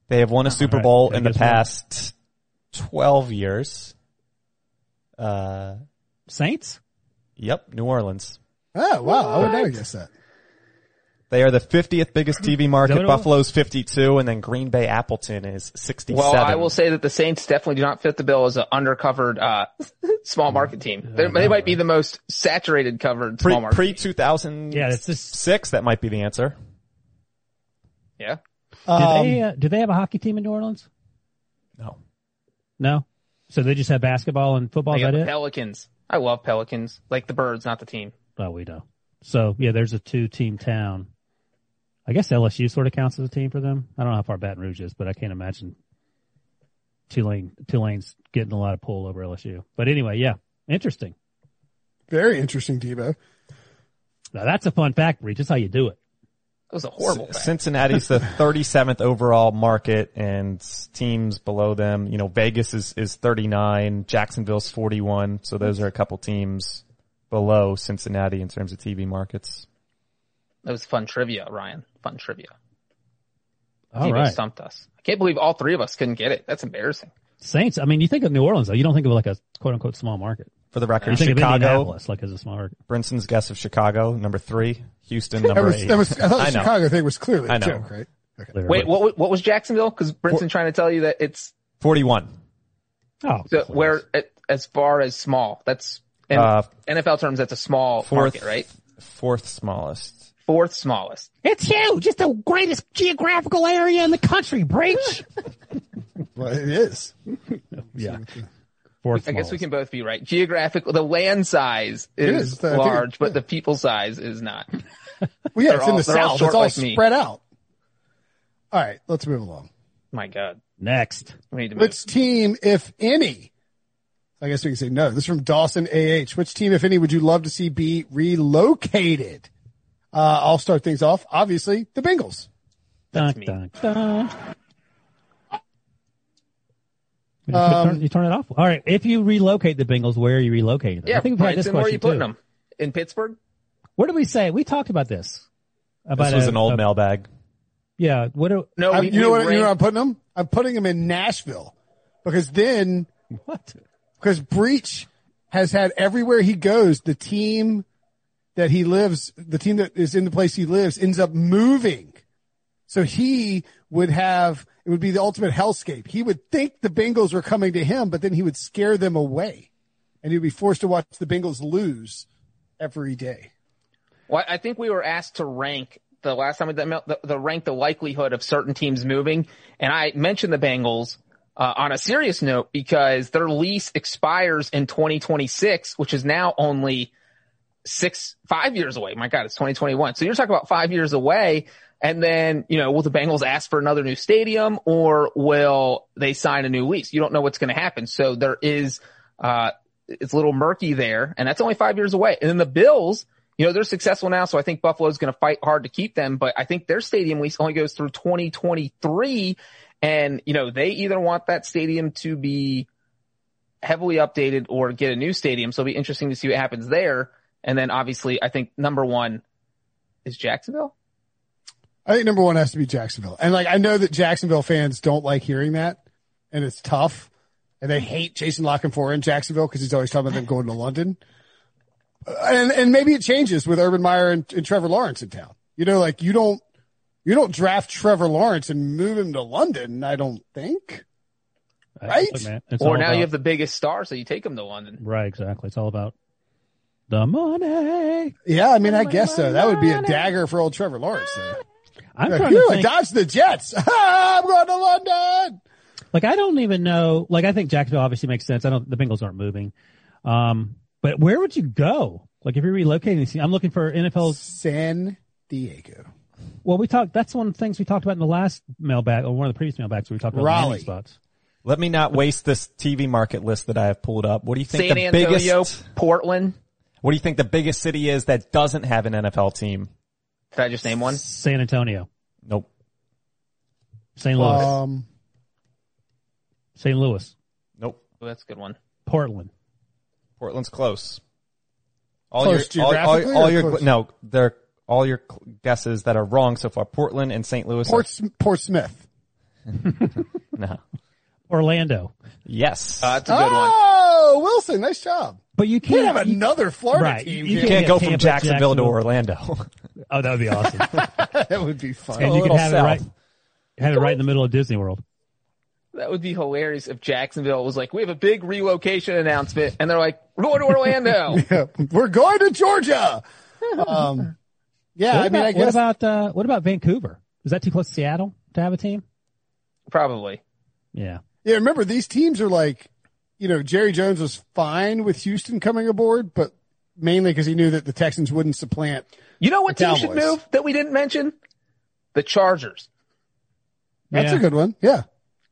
S4: They have won a Super
S2: right.
S4: Bowl
S2: I
S4: in the
S2: guess we're-
S4: past twelve years. Uh,
S2: Saints?
S4: yep, New Orleans.
S1: Oh, wow. I would never guess that.
S4: They are the 50th biggest TV market.
S2: what it was?
S4: Buffalo's 52, and then Green Bay Appleton is 67.
S3: Well, I will say that the Saints definitely do not fit the bill as an undercovered, uh, [LAUGHS] small market team. They're, they might be the most saturated covered small
S4: pre
S3: market.
S4: pre 2000
S2: Yeah, it's just-
S4: six. That might be the answer.
S3: yeah.
S2: Do
S1: Um,
S2: they, uh, do they have a hockey team in New Orleans?
S4: No,
S2: No. So they just have basketball and football.
S3: They
S2: Is
S3: got
S2: Oh, that
S3: the
S2: it?
S3: Pelicans. I love Pelicans. Like the birds, not the team.
S2: Oh, we know. So yeah, there's a two team town. I guess LSU sort of counts as a team for them. I don't know how far Baton Rouge is, but I can't imagine Tulane, Tulane's getting a lot of pull over LSU. But anyway, yeah, interesting.
S1: very interesting, Debo.
S2: Now that's a fun fact, Bree. Just how you do it.
S3: That was a horrible
S4: C-
S3: fact.
S4: Cincinnati's the 37th overall market, and teams below them. You know, Vegas is is 39, Jacksonville's 41. So those are a couple teams below Cincinnati in terms of TV markets.
S3: That was fun trivia, Ryan. Fun trivia.
S2: All
S3: Debo
S2: right,
S3: stumped us. I can't believe all three of us couldn't get it. That's embarrassing.
S2: Saints. I mean, you think of New Orleans though. You don't think of like a quote unquote small market.
S4: For the
S2: You
S4: record,
S2: think of
S4: Chicago.
S2: Indianapolis, like as a small market.
S4: Brinson's guess of Chicago, number three. Houston, number
S1: That was,
S4: eight.
S1: that was, I thought
S4: I
S1: the
S4: know.
S1: Chicago thing was clearly
S4: I
S1: a
S4: know.
S1: joke, right?
S2: Clearly.
S3: Wait, what, wa- what was Jacksonville? Cause Brinson trying to tell you that it's
S4: 41.
S2: Oh,
S3: the,
S2: please.
S3: where, it, as far as small, that's, in
S4: Uh,
S3: NFL terms, that's a small
S4: Fourth,
S3: market, right?
S4: Fourth smallest.
S3: Fourth smallest.
S2: It's huge. It's the greatest geographical area in the country, Breach.
S1: Well, it is.
S2: yeah. Fourth
S3: I guess we
S2: smallest.
S3: can both be right. Geographic, the land size is,
S1: is, uh, I think
S3: large,
S1: it-
S3: but the people size is not.
S1: Well, yeah,
S3: They're
S1: it's in
S3: all-
S1: the
S3: they're all
S1: South.
S3: short
S1: It's all
S3: like me.
S1: spread out. All right, let's move along.
S3: My God,
S2: Next.
S3: we need to move.
S1: Which team, if any, I guess we can say no. This is from Dawson AH. Which team, if any, would you love to see be relocated? Uh, I'll start things off. Obviously, the Bengals.
S2: Dun,
S3: me.
S2: dun, dun. You, turn, you turn it off. All right. If you relocate the Bengals, where are you relocating them?
S3: Yeah,
S2: I think we've had this
S3: Brinson, where are you
S2: question
S3: putting
S2: too.
S3: them? In Pittsburgh?
S2: Where did we say? We talked about this. About
S4: This was
S2: a-
S4: an old
S2: a-
S4: mailbag.
S2: Yeah. What? Are,
S3: No,
S1: I-
S3: we,
S1: Um, you know
S3: we
S1: what? You know
S3: ranked-
S1: where I'm putting them. I'm putting them in Nashville because then
S2: what?
S1: because Breach has had everywhere he goes, the team that he lives, the team that is in the place he lives ends up moving. So he would have, it would be the ultimate hellscape. He would think the Bengals were coming to him, but then he would scare them away and he'd be forced to watch the Bengals lose every day.
S3: Well, I think we were asked to rank the last time we did the, the rank the likelihood of certain teams moving, and I mentioned the Bengals uh, on a serious note because their lease expires in 2026, which is now only six five years away. My God, it's 2021. So you're talking about five years away. And then, you know, will the Bengals ask for another new stadium or will they sign a new lease? You don't know what's going to happen. So there is, uh, it's a little murky there and that's only five years away. And then the Bills, you know, they're successful now. So I think Buffalo's going to fight hard to keep them, but I think their stadium lease only goes through 2023. And, you know, they either want that stadium to be heavily updated or get a new stadium. So it'll be interesting to see what happens there. And then obviously I think number one is Jacksonville.
S1: I think number one has to be Jacksonville. And like, I know that Jacksonville fans don't like hearing that and it's tough and they hate Jason Lockenfor in Jacksonville because he's always talking about them going to London. Uh, And, and maybe it changes with Urban Meyer and, and Trevor Lawrence in town. You know, like you don't, you don't draft Trevor Lawrence and move him to London. I don't think. Right?
S2: Look, man, it's
S3: or
S2: all
S3: now
S2: about-
S3: you have the biggest star. So you take them to London.
S2: right. Exactly. It's all about the money.
S1: Yeah. I mean, I guess so. That would be a dagger for old Trevor Lawrence. though.
S2: I'm
S1: Like,
S2: trying to
S1: you
S2: think.
S1: dodge the Jets. [LAUGHS] I'm going to London.
S2: Like I don't even know. Like I think Jacksonville obviously makes sense. I don't. The Bengals aren't moving. Um, but where would you go? Like if you're relocating, see, I'm looking for NFL's.
S1: San Diego.
S2: Well, we talked. That's one of the things we talked about in the last mailbag or one of the previous mailbags. Where we talked about
S1: Raleigh.
S2: landing spots.
S4: Let me not waste this TV market list that I have pulled up. What do you think
S3: San
S4: the
S3: Antonio,
S4: biggest?
S3: Portland.
S4: What do you think the biggest city is that doesn't have an NFL team?
S3: Did I just name one?
S2: San Antonio,
S4: Nope.
S2: St. Louis,
S1: Um,
S2: St. Louis,
S4: Nope.
S3: Oh, that's a good one.
S2: Portland,
S4: Portland's close. All
S1: Close
S4: your, all, all,
S1: geographically
S4: all
S1: or
S4: your,
S1: close-
S4: no, they're all your cl- guesses that are wrong so far. Portland and St. Louis. are- [LAUGHS]
S1: Port, Portsmouth.
S4: no.
S2: Orlando.
S4: Yes.
S3: Uh, that's a good one.
S1: Oh, Wilson, nice job.
S2: But you
S1: Can't
S2: can't.
S1: have
S2: you-
S1: another Florida
S2: right,
S1: team.
S2: you
S1: here.
S4: you
S2: can't
S4: can't
S2: get
S4: go from
S2: Tampa,
S4: Jacksonville, to
S2: Jacksonville.
S4: Orlando.
S2: oh, that would be awesome.
S1: that would be fun.
S2: and
S4: a
S2: you could
S4: little
S2: have
S4: south.
S2: it right. Have it right in the middle of Disney World.
S3: That would be hilarious if Jacksonville was like, we have a big relocation announcement. And they're like, we're going
S1: [LAUGHS]
S3: to Orlando.
S1: We're going to
S2: [LAUGHS]
S1: Georgia. Um, yeah,
S2: what
S1: I mean,
S2: about,
S1: I guess
S2: what about uh, what about Vancouver? Is that too close to Seattle to have a team?
S3: Probably.
S2: Yeah.
S1: Yeah, remember these teams are like, you know, Jerry Jones was fine with Houston coming aboard, but mainly because he knew that the Texans wouldn't supplant.
S3: You know what
S1: The
S3: team should
S1: Cowboys.
S3: move that we didn't mention? The Chargers.
S1: That's
S2: Yeah.
S1: a good one. Yeah.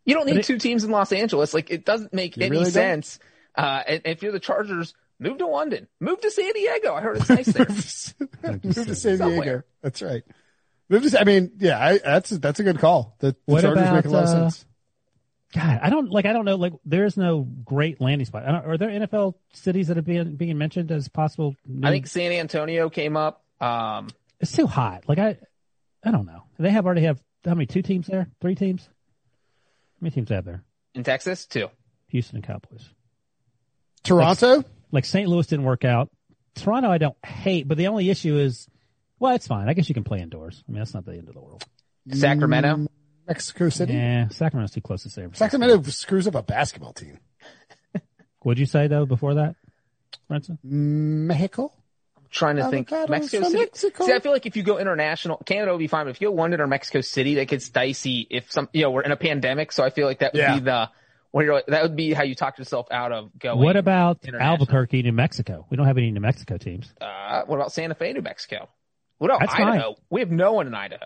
S3: You don't need
S2: it-
S3: two teams in Los Angeles. Like it doesn't make
S1: You
S3: any
S1: really don't?
S3: sense. Uh, and and if you're the Chargers, move to London, move to San Diego. I heard it's nice there.
S1: [LAUGHS] Move to San Diego.
S3: Somewhere.
S1: That's right. Move to, I mean, yeah, I, that's, that's a good call. The, the
S2: What
S1: Chargers
S2: about,
S1: make a lot of
S2: uh,
S1: sense.
S2: God, I don't like. I don't know. Like, there is no great landing spot. I don't, are there NFL cities that are being being mentioned as possible? new-
S3: I think San Antonio came up. Um,
S2: it's too hot. Like I, I don't know. They have already have how many? Two teams there? Three teams? How many teams they have there?
S3: in Texas too.
S2: Houston and Cowboys.
S1: Toronto?
S2: Like St. Louis didn't work out. Toronto, I don't hate, but the only issue is, well, it's fine. I guess you can play indoors. I mean, that's not the end of the world.
S1: Mm.
S3: Sacramento.
S1: Mexico City?
S2: Yeah, Sacramento's too close to San Francisco.
S1: Mm-hmm. Sacramento screws up a basketball team.
S2: What'd you say though before that, Brinson?
S1: Mexico?
S3: trying to think
S1: Avocados
S3: Mexico
S1: from
S3: City.
S1: Mexico.
S3: See, I feel like if you go international, Canada would be fine. But if you go London or Mexico City, that gets dicey. If some, you know, we're in a pandemic, so I feel like that would
S1: Yeah.
S3: be the where you're. like- That would be how you talk yourself out of going.
S2: What about
S3: international.
S2: Albuquerque, New Mexico? We don't have any New Mexico teams.
S3: Uh, what about Santa Fe, New Mexico? What about
S2: That's
S3: Idaho? We have no one in Idaho.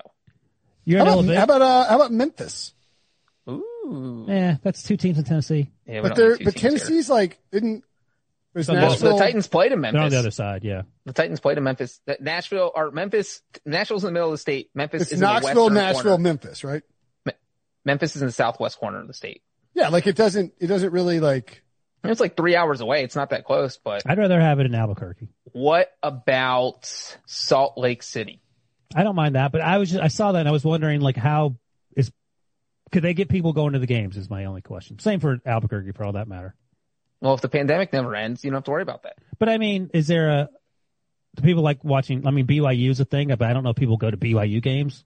S2: You're
S1: How about,
S2: in
S1: how
S2: Alabama.
S1: about, uh, how about Memphis?
S3: Ooh.
S2: Yeah, that's two teams in Tennessee.
S3: Yeah,
S1: But
S3: we don't have
S1: they're,
S3: two
S1: but
S3: teams here.
S1: Tennessee's like, didn't, there's
S2: Well,
S3: Well,
S1: Nashville.
S3: the Titans played in
S2: They're on
S3: Memphis.
S2: the
S3: The,
S2: other side. Yeah,
S3: Titans played in Memphis. That- Nashville or Memphis. Nashville's in the middle of the state. Memphis
S1: It's
S3: is
S1: Knoxville,
S3: in the western
S1: Nashville,
S3: Corner.
S1: Memphis, right?
S3: Memphis is in the southwest corner of the state.
S1: Yeah, like it doesn't it doesn't really like
S3: And It's like three hours away. It's not that close, but
S2: I'd rather have it in Albuquerque.
S3: what about Salt Lake City?
S2: I don't mind that, but I was just, I saw that and I was wondering like how is could they get people going to the games is my only question. Same for Albuquerque for all that matter.
S3: Well, if the pandemic never ends, you don't have to worry about that.
S2: But I mean, is there a do people like watching? I mean, BYU is a thing, but I don't know if people go to BYU games.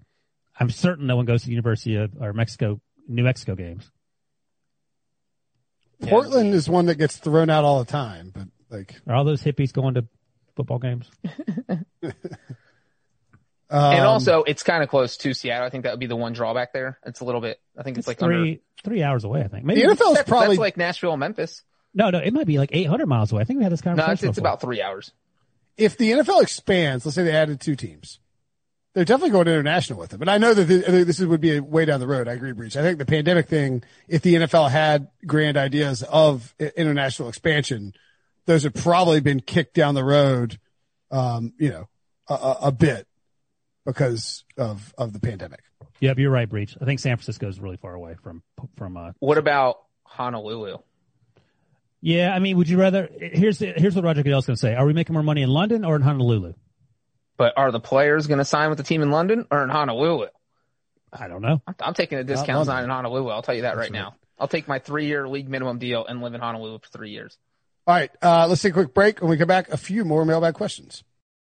S2: I'm certain no one goes to University of or Mexico, New Mexico games.
S3: Yeah.
S1: Portland is one that gets thrown out all the time, but like
S2: Are all those hippies going to football games?
S1: um,
S3: and also, it's kind of close to Seattle. I think that would be the one drawback there. It's a little bit. I think it's, like
S2: three
S3: under.
S2: three hours away. I think
S1: the
S2: maybe
S1: NFL is
S3: That's,
S1: probably
S3: that's like Nashville, and Memphis.
S2: no, no, it might be like 800 miles away. I think we had this
S3: No,
S2: conversation.
S3: it's, it's
S2: before.
S3: about three hours.
S1: if the NFL expands, let's say they added two teams. They're definitely going international with it, but I know that the, this would be a way down the road. I agree, Breach. I think the pandemic thing, if the NFL had grand ideas of i- international expansion, those have probably been kicked down the road, um, you know, a, a, a bit because of of the pandemic.
S2: Yep, you're right, Breach. I think San Francisco is really far away from from. Uh,
S3: What about Honolulu?
S2: yeah, I mean, would you rather? Here's the, here's what Roger Goodell's going to say: Are we making more money in London or in Honolulu?
S3: But are the players going to sign with the team in London or in Honolulu?
S2: I don't know.
S3: I'm, I'm taking a discount
S1: London.
S3: sign in Honolulu. I'll tell you that right,
S1: That's right.
S3: now. I'll take my three-year league minimum deal and live in Honolulu for three years.
S1: All right, uh, let's take a quick break. When we come back, a few more mailbag questions.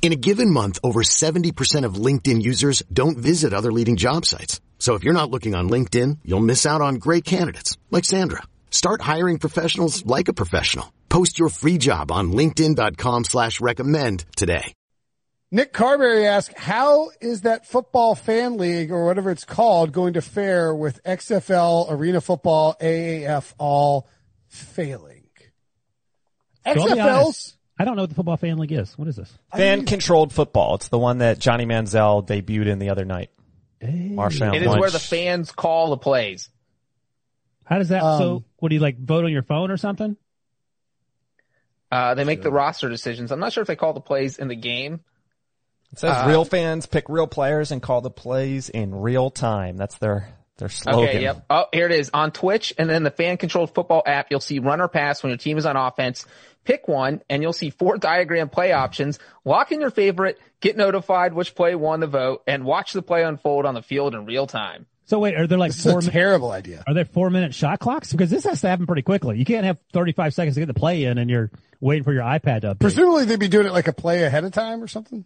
S5: In a given month, over 70% of LinkedIn users don't visit other leading job sites. So if you're not looking on LinkedIn, you'll miss out on great candidates like Sandra. Start hiring professionals like a professional. Post your free job on linkedin.com slash recommend today.
S1: Nick Carberry asks, how is that football fan league or whatever it's called going to fare with XFL, arena football, AAF all failing?
S2: So I'll be
S1: XFL's
S2: honest, I don't know what the football fan league is. What is this?
S4: [LAUGHS] Fan controlled football. It's the one that Johnny Manziel debuted in the other night. Marshawn
S3: It is where
S4: Lynch.
S3: the fans call the plays.
S2: How does that?
S1: Um,
S2: so, what do you like vote on your phone or something?
S3: Uh, they make the roster decisions. I'm not sure if they call the plays in the game.
S4: It
S3: Uh,
S4: says real fans pick real players and call the plays in real time. That's their their slogan.
S3: Okay, yep. Oh, here it is on Twitch and then the fan controlled football app. You'll see run or pass when your team is on offense. Pick one and you'll see four [LAUGHS] diagram play options. Lock in your favorite, get notified which play won the vote and watch the play unfold on the field in real time.
S2: So wait, are there like
S1: It's a
S2: four? mi-
S1: terrible idea.
S2: Are there four minute shot clocks? Because this has to happen pretty quickly. You can't have 35 seconds to get the play in and you're waiting for your iPad to update.
S1: Presumably they'd be doing it like a play ahead of time or something.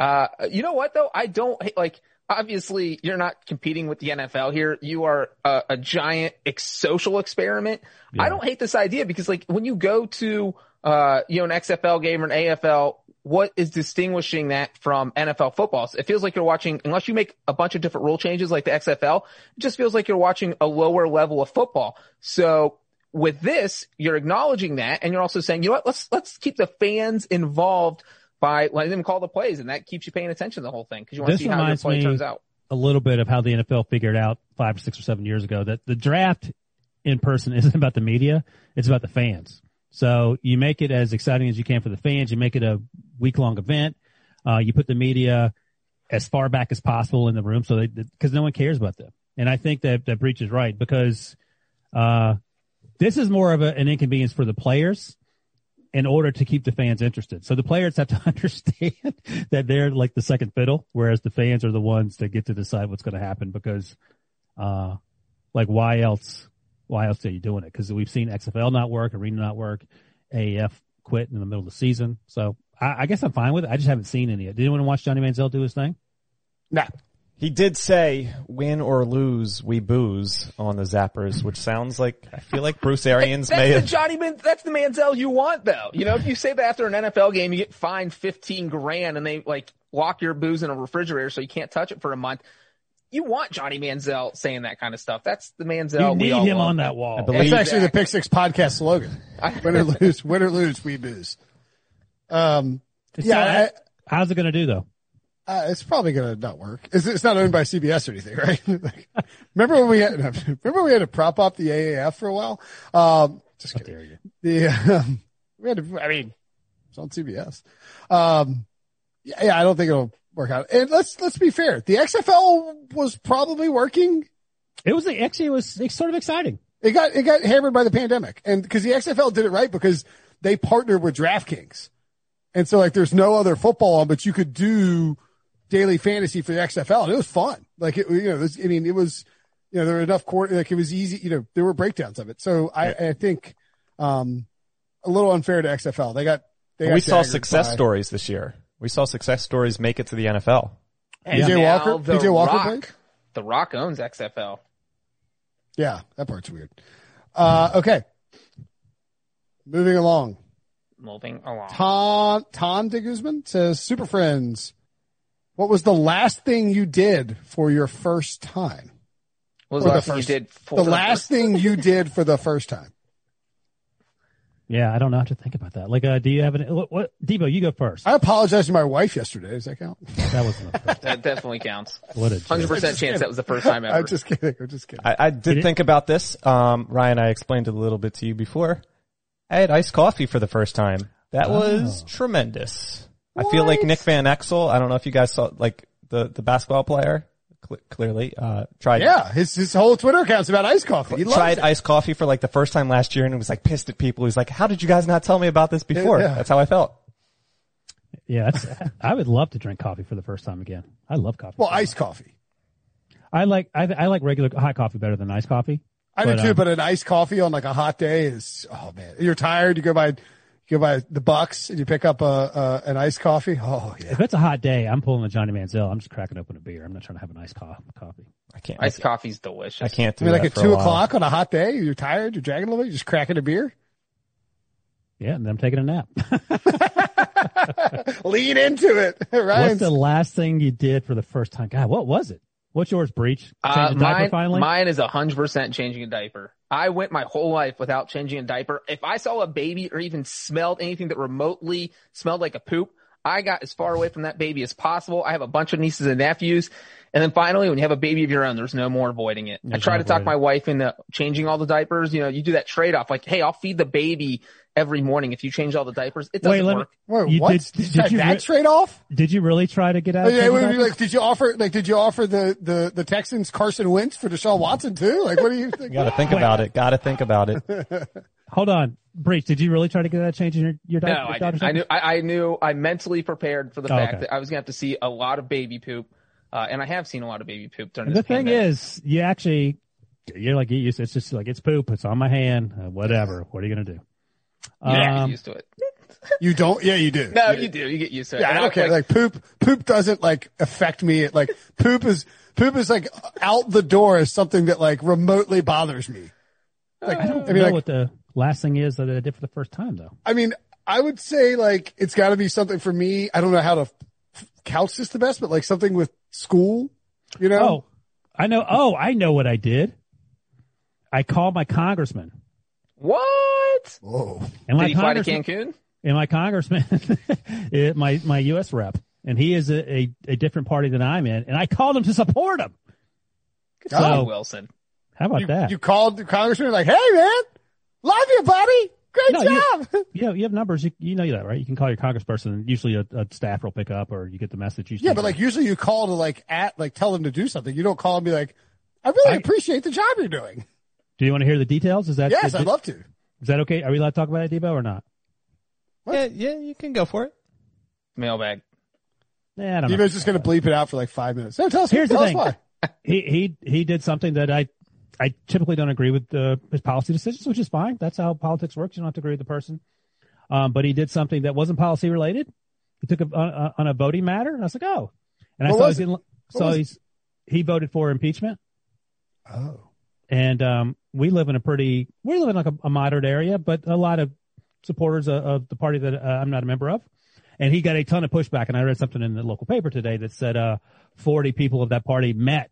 S3: Uh, you know what though? I don't like, obviously you're not competing with the NFL here. You are a, a giant ex- social experiment. I don't hate this idea because like when you go to, uh, you know, an XFL game or an AFL, what is distinguishing that from NFL football? It feels like you're watching, unless you make a bunch of different rule changes like the XFL, it just feels like you're watching a lower level of football. So with this, you're acknowledging that and you're also saying, you know what, let's, let's keep the fans involved by letting them call the plays. And that keeps you paying attention to the whole thing because you want to
S2: This
S3: see how your
S2: reminds
S3: play
S2: me-
S3: turns out.
S2: a little bit of how the NFL figured out five or six or seven years ago that the draft in person [LAUGHS] isn't about the media. It's about the fans. So you make it as exciting as you can for the fans. You make it a week long event. Uh, you put the media as far back as possible in the room. So they, cause no one cares about them. And I think that, that breach is right because, uh, this is more of a, an inconvenience for the players in order to keep the fans interested. So the players have to [LAUGHS] understand that they're like the second fiddle, whereas the fans are the ones that get to decide what's going to happen because, uh, like why else, why else are you doing it? Cause we've seen XFL not work, arena not work, AAF quit in the middle of the season. So I, I guess I'm fine with it. I just haven't seen any. Did anyone watch Johnny Manziel do his thing?
S1: Nah.
S4: He did say, "Win or lose, we booze" on the Zappers, which sounds like I feel like Bruce Arians
S3: [LAUGHS]
S4: may
S3: That's the
S4: have.
S3: Johnny Man. That's the Manziel you want, though. You know, if you say that after an NFL game, you get fined fifteen grand, and they like lock your booze in a refrigerator so you can't touch it for a month. You want Johnny Manziel saying that kind of stuff. That's the Manziel.
S2: you
S3: we
S2: need
S3: all
S2: him
S3: want.
S2: on that wall.
S4: believe-
S1: It's
S4: Exactly.
S1: actually the Pick Six podcast slogan. Win or lose, win or lose, we booze. Um,
S2: It's
S1: yeah,
S2: not- how's it going to do though?
S1: Uh, it's probably gonna not work. It's, it's not owned by CBS or anything, [LAUGHS] right? Like, remember when we had, [LAUGHS] no, remember we had to prop up the AAF for a while? Um, just kidding.
S2: dare you.
S1: The [LAUGHS] um, we had to, I mean, it's on CBS. Um, yeah, yeah, I don't think it'll work out. And let's let's be fair. The XFL was probably working.
S2: It was actually, it was it's sort of exciting.
S1: It got it got hammered by the pandemic, and because the XFL did it right because they partnered with DraftKings, and so like there's no other football on, but you could do daily fantasy for the XFL, and it was fun. Like it, you know, this, I mean, it was you know there were enough court like it was easy. You know, there were breakdowns of it, so I, I think um a little unfair to XFL. They got they got
S4: We saw
S1: daggered
S4: success
S1: by-
S4: stories this year. We saw success stories make it to the NFL.
S3: And
S1: DJ
S3: now
S1: Walker-
S3: The
S1: DJ Walker
S3: Rock,
S1: played?
S3: The Rock owns XFL.
S1: Yeah, that part's weird. Uh, okay, moving along.
S3: Moving along.
S1: Tom Tom de Guzman says, "Super friends, what was the last thing you did for your first time?
S3: What was
S1: Or the
S3: the last thing
S1: first-
S3: you did for
S1: the last thing you did for the first time?
S2: Yeah, I don't know how to think about that. Like, uh, do you have an, what, what Debo, you go
S3: [LAUGHS]
S2: first.
S1: I apologized to my wife yesterday. Does that count?
S2: That wasn't a first.
S3: That definitely counts.
S2: What a
S3: Hundred
S2: jerk.
S3: percent chance that was the first time
S1: [LAUGHS]
S3: ever.
S1: I'm just kidding. I'm just kidding.
S4: I, I did
S2: It-
S4: think about this. Um, Ryan, I explained it a little bit to you before. I had iced coffee for the first time. That was tremendous. I feel like Nick Van Exel. I don't know if you guys saw like the the basketball player. Cl- clearly, uh, tried
S1: Yeah, his his whole Twitter account's about iced coffee. He loves
S4: tried
S1: it.
S4: iced coffee for like the first time last year and was like pissed at people. He was like, "How did you guys not tell me about this before?"
S1: yeah.
S4: That's how I felt.
S2: Yeah, that's, I would love to drink coffee for the first time again. I love coffee.
S1: well, iced coffee.
S2: I like I, I like regular hot coffee better than iced coffee.
S1: I do
S2: But,
S1: too,
S2: um,
S1: but an iced coffee on like a hot day is oh man. You're tired, you go by you go by the bucks and you pick up a, a an iced coffee. Oh yeah.
S2: If it's a hot day, I'm pulling a Johnny Manziel. I'm just cracking open a beer. I'm not trying to have an iced co- coffee.
S4: I can't.
S3: Iced
S4: I,
S3: coffee's delicious.
S4: I can't
S1: I
S4: do
S1: mean,
S4: that
S1: like at
S4: for a
S1: two
S4: while.
S1: o'clock on a hot day, you're tired, you're dragging a little bit, you're just cracking a beer.
S2: Yeah, and then I'm taking a nap. [LAUGHS]
S1: Lean into it, [LAUGHS]
S2: What's
S1: right?
S2: the last thing you did for the first time? God, what was it? What's yours, Breach? Change
S3: Uh,
S2: a diaper
S3: mine,
S2: finally?
S3: mine is a hundred percent changing a diaper. I went my whole life without changing a diaper. If I saw a baby or even smelled anything that remotely smelled like a poop, I got as far away from that baby as possible. I have a bunch of nieces and nephews. And then finally, when you have a baby of your own, there's no more avoiding it. I
S2: There's
S3: try
S2: no
S3: to talk
S2: avoiding
S3: my
S2: it.
S3: wife into changing all the diapers. You know, you do that trade off like, Hey, I'll feed the baby every morning. If you change all the diapers, it doesn't
S2: Wait, let me.
S3: work.
S1: Wait,
S2: you
S1: what?
S2: did-
S1: Did,
S2: did
S1: you try
S2: you
S1: that
S2: re-
S1: trade off?
S2: Did you really try to get out?
S1: Oh,
S2: of
S1: yeah,
S2: changing
S1: would be
S2: diapers?
S1: like, did you offer like did you offer the the the Texans Carson Wentz for Deshaun Watson too? Like, what do you
S2: [LAUGHS]
S1: think?
S4: You gotta think about it. Gotta think about
S1: [LAUGHS]
S4: it.
S2: Hold on, Breach. Did you really try to get out of changing your your diaper?
S3: No, I,
S2: daughter's
S3: didn't. I
S2: diaper?
S3: knew. I, I knew. I mentally prepared for the
S2: Oh,
S3: fact
S2: okay.
S3: that I was gonna have to see a lot of baby poop, uh, and I have seen a lot of baby poop during
S2: the
S3: this
S2: thing
S3: pandemic.
S2: is, you actually, you're like you used. It's just like it's poop. It's on my hand. Uh, whatever. What are you gonna do?
S3: you get
S2: Um,
S3: used to it.
S1: You don't? Yeah, you do.
S3: No, you do. You get used to it.
S1: Yeah,
S3: And
S1: I
S3: I
S1: don't
S3: was
S1: care. Like, poop, poop doesn't like affect me. It, Like poop is poop is like out the door is something that like remotely bothers me. Like,
S2: I don't
S1: I mean,
S2: know
S1: like,
S2: what the last thing is that I did for the first time though.
S1: I mean, I would say like it's got to be something for me. I don't know how to f- couch this the best, but like something with school, you know?
S2: Oh, I know. Oh, I know what I did. I called my congressman, Oh.
S3: what?
S1: Whoa.
S2: and my
S3: Did he fly to
S2: congressman,
S3: Cancun?
S2: and my congressman, [LAUGHS] it- my my U.S. rep, and he is a, a, a different party than I'm in, and I called him to support him.
S3: Good for
S2: So-
S3: you, Wilson.
S2: How about
S1: You,
S2: that?
S1: you called the congressman like, hey man, love you, buddy. Great
S2: No, you- [LAUGHS]
S1: job.
S2: Yeah, you have numbers. You, you know that, right? You can call your congressperson. and Usually a, a staffer will pick up or you get the message. You
S1: yeah,
S2: send
S1: but
S2: them.
S1: like usually you call to like at like tell them to do something. You don't call and be like, I really
S2: I-
S1: appreciate the job you're doing.
S2: do you want to hear the details? Is that,
S1: Yes,
S2: is,
S1: I'd love to.
S2: is that okay? Are we allowed to talk about it, Debo, or not?
S4: Yeah, yeah, you can go for it.
S3: Mailbag.
S2: Yeah, I don't
S1: You
S2: know.
S1: guys just gonna bleep it out for like five minutes. No, tell us.
S2: Here's the
S1: tell us
S2: thing.
S1: why.
S2: He, he, he did something that I, I typically don't agree with uh, his policy decisions, which is fine. That's how politics works. You don't have to agree with the person. Um, but he did something that wasn't policy related. He took a, on, a- on a voting matter and I was like, oh, and I
S1: What
S2: saw
S1: was
S2: he's, in,
S1: was
S2: saw
S1: it?
S2: he's, he voted for impeachment.
S1: Oh,
S2: and um, we live in a pretty we live in like a, a moderate area, but a lot of supporters of, of the party that uh, I'm not a member of. And he got a ton of pushback. And I read something in the local paper today that said uh, 40 people of that party met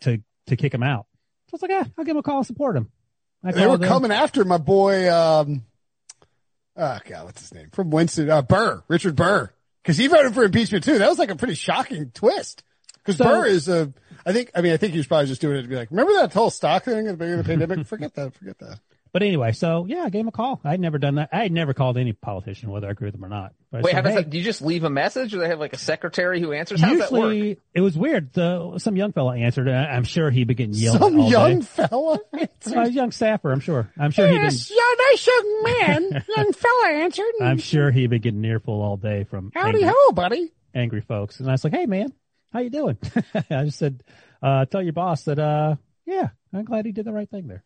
S2: to to kick him out. So I was like, yeah, I'll give him a call and support him. I
S1: they were
S2: called him.
S1: coming after my boy. Um, oh God, what's his name from Winston? Uh, Burr, Richard Burr, because he voted for impeachment too. That was like a pretty shocking twist. Because
S2: So-
S1: Burr is a, I think, I mean, I think he was probably just doing it to be like, remember that whole stock thing at the beginning of the
S2: [LAUGHS]
S1: pandemic? Forget that, forget that.
S2: But anyway, so yeah, I gave him a call. I'd never done that. I had never called any politician, whether I agree with them or not. But I
S3: Wait,
S2: said,
S3: how does
S2: "Hey,
S3: that, do you just leave a message, or they have like a secretary who answers? How does that work?
S2: Usually, it was weird. The, some young fella answered. and I- I'm sure he'd be getting yelled
S1: Some
S2: at all
S1: young
S2: day.
S1: fella.
S2: A young staffer, I'm sure. I'm sure he didn't.
S1: young, nice young man, young fella answered. and,
S2: I'm sure he'd been getting an earful all day from
S1: Howdy
S2: angry,
S1: ho, buddy.
S2: angry folks. And I was like, hey, man, how you doing? [LAUGHS] I just said, uh, tell your boss that, uh, yeah, I'm glad he did the right thing there.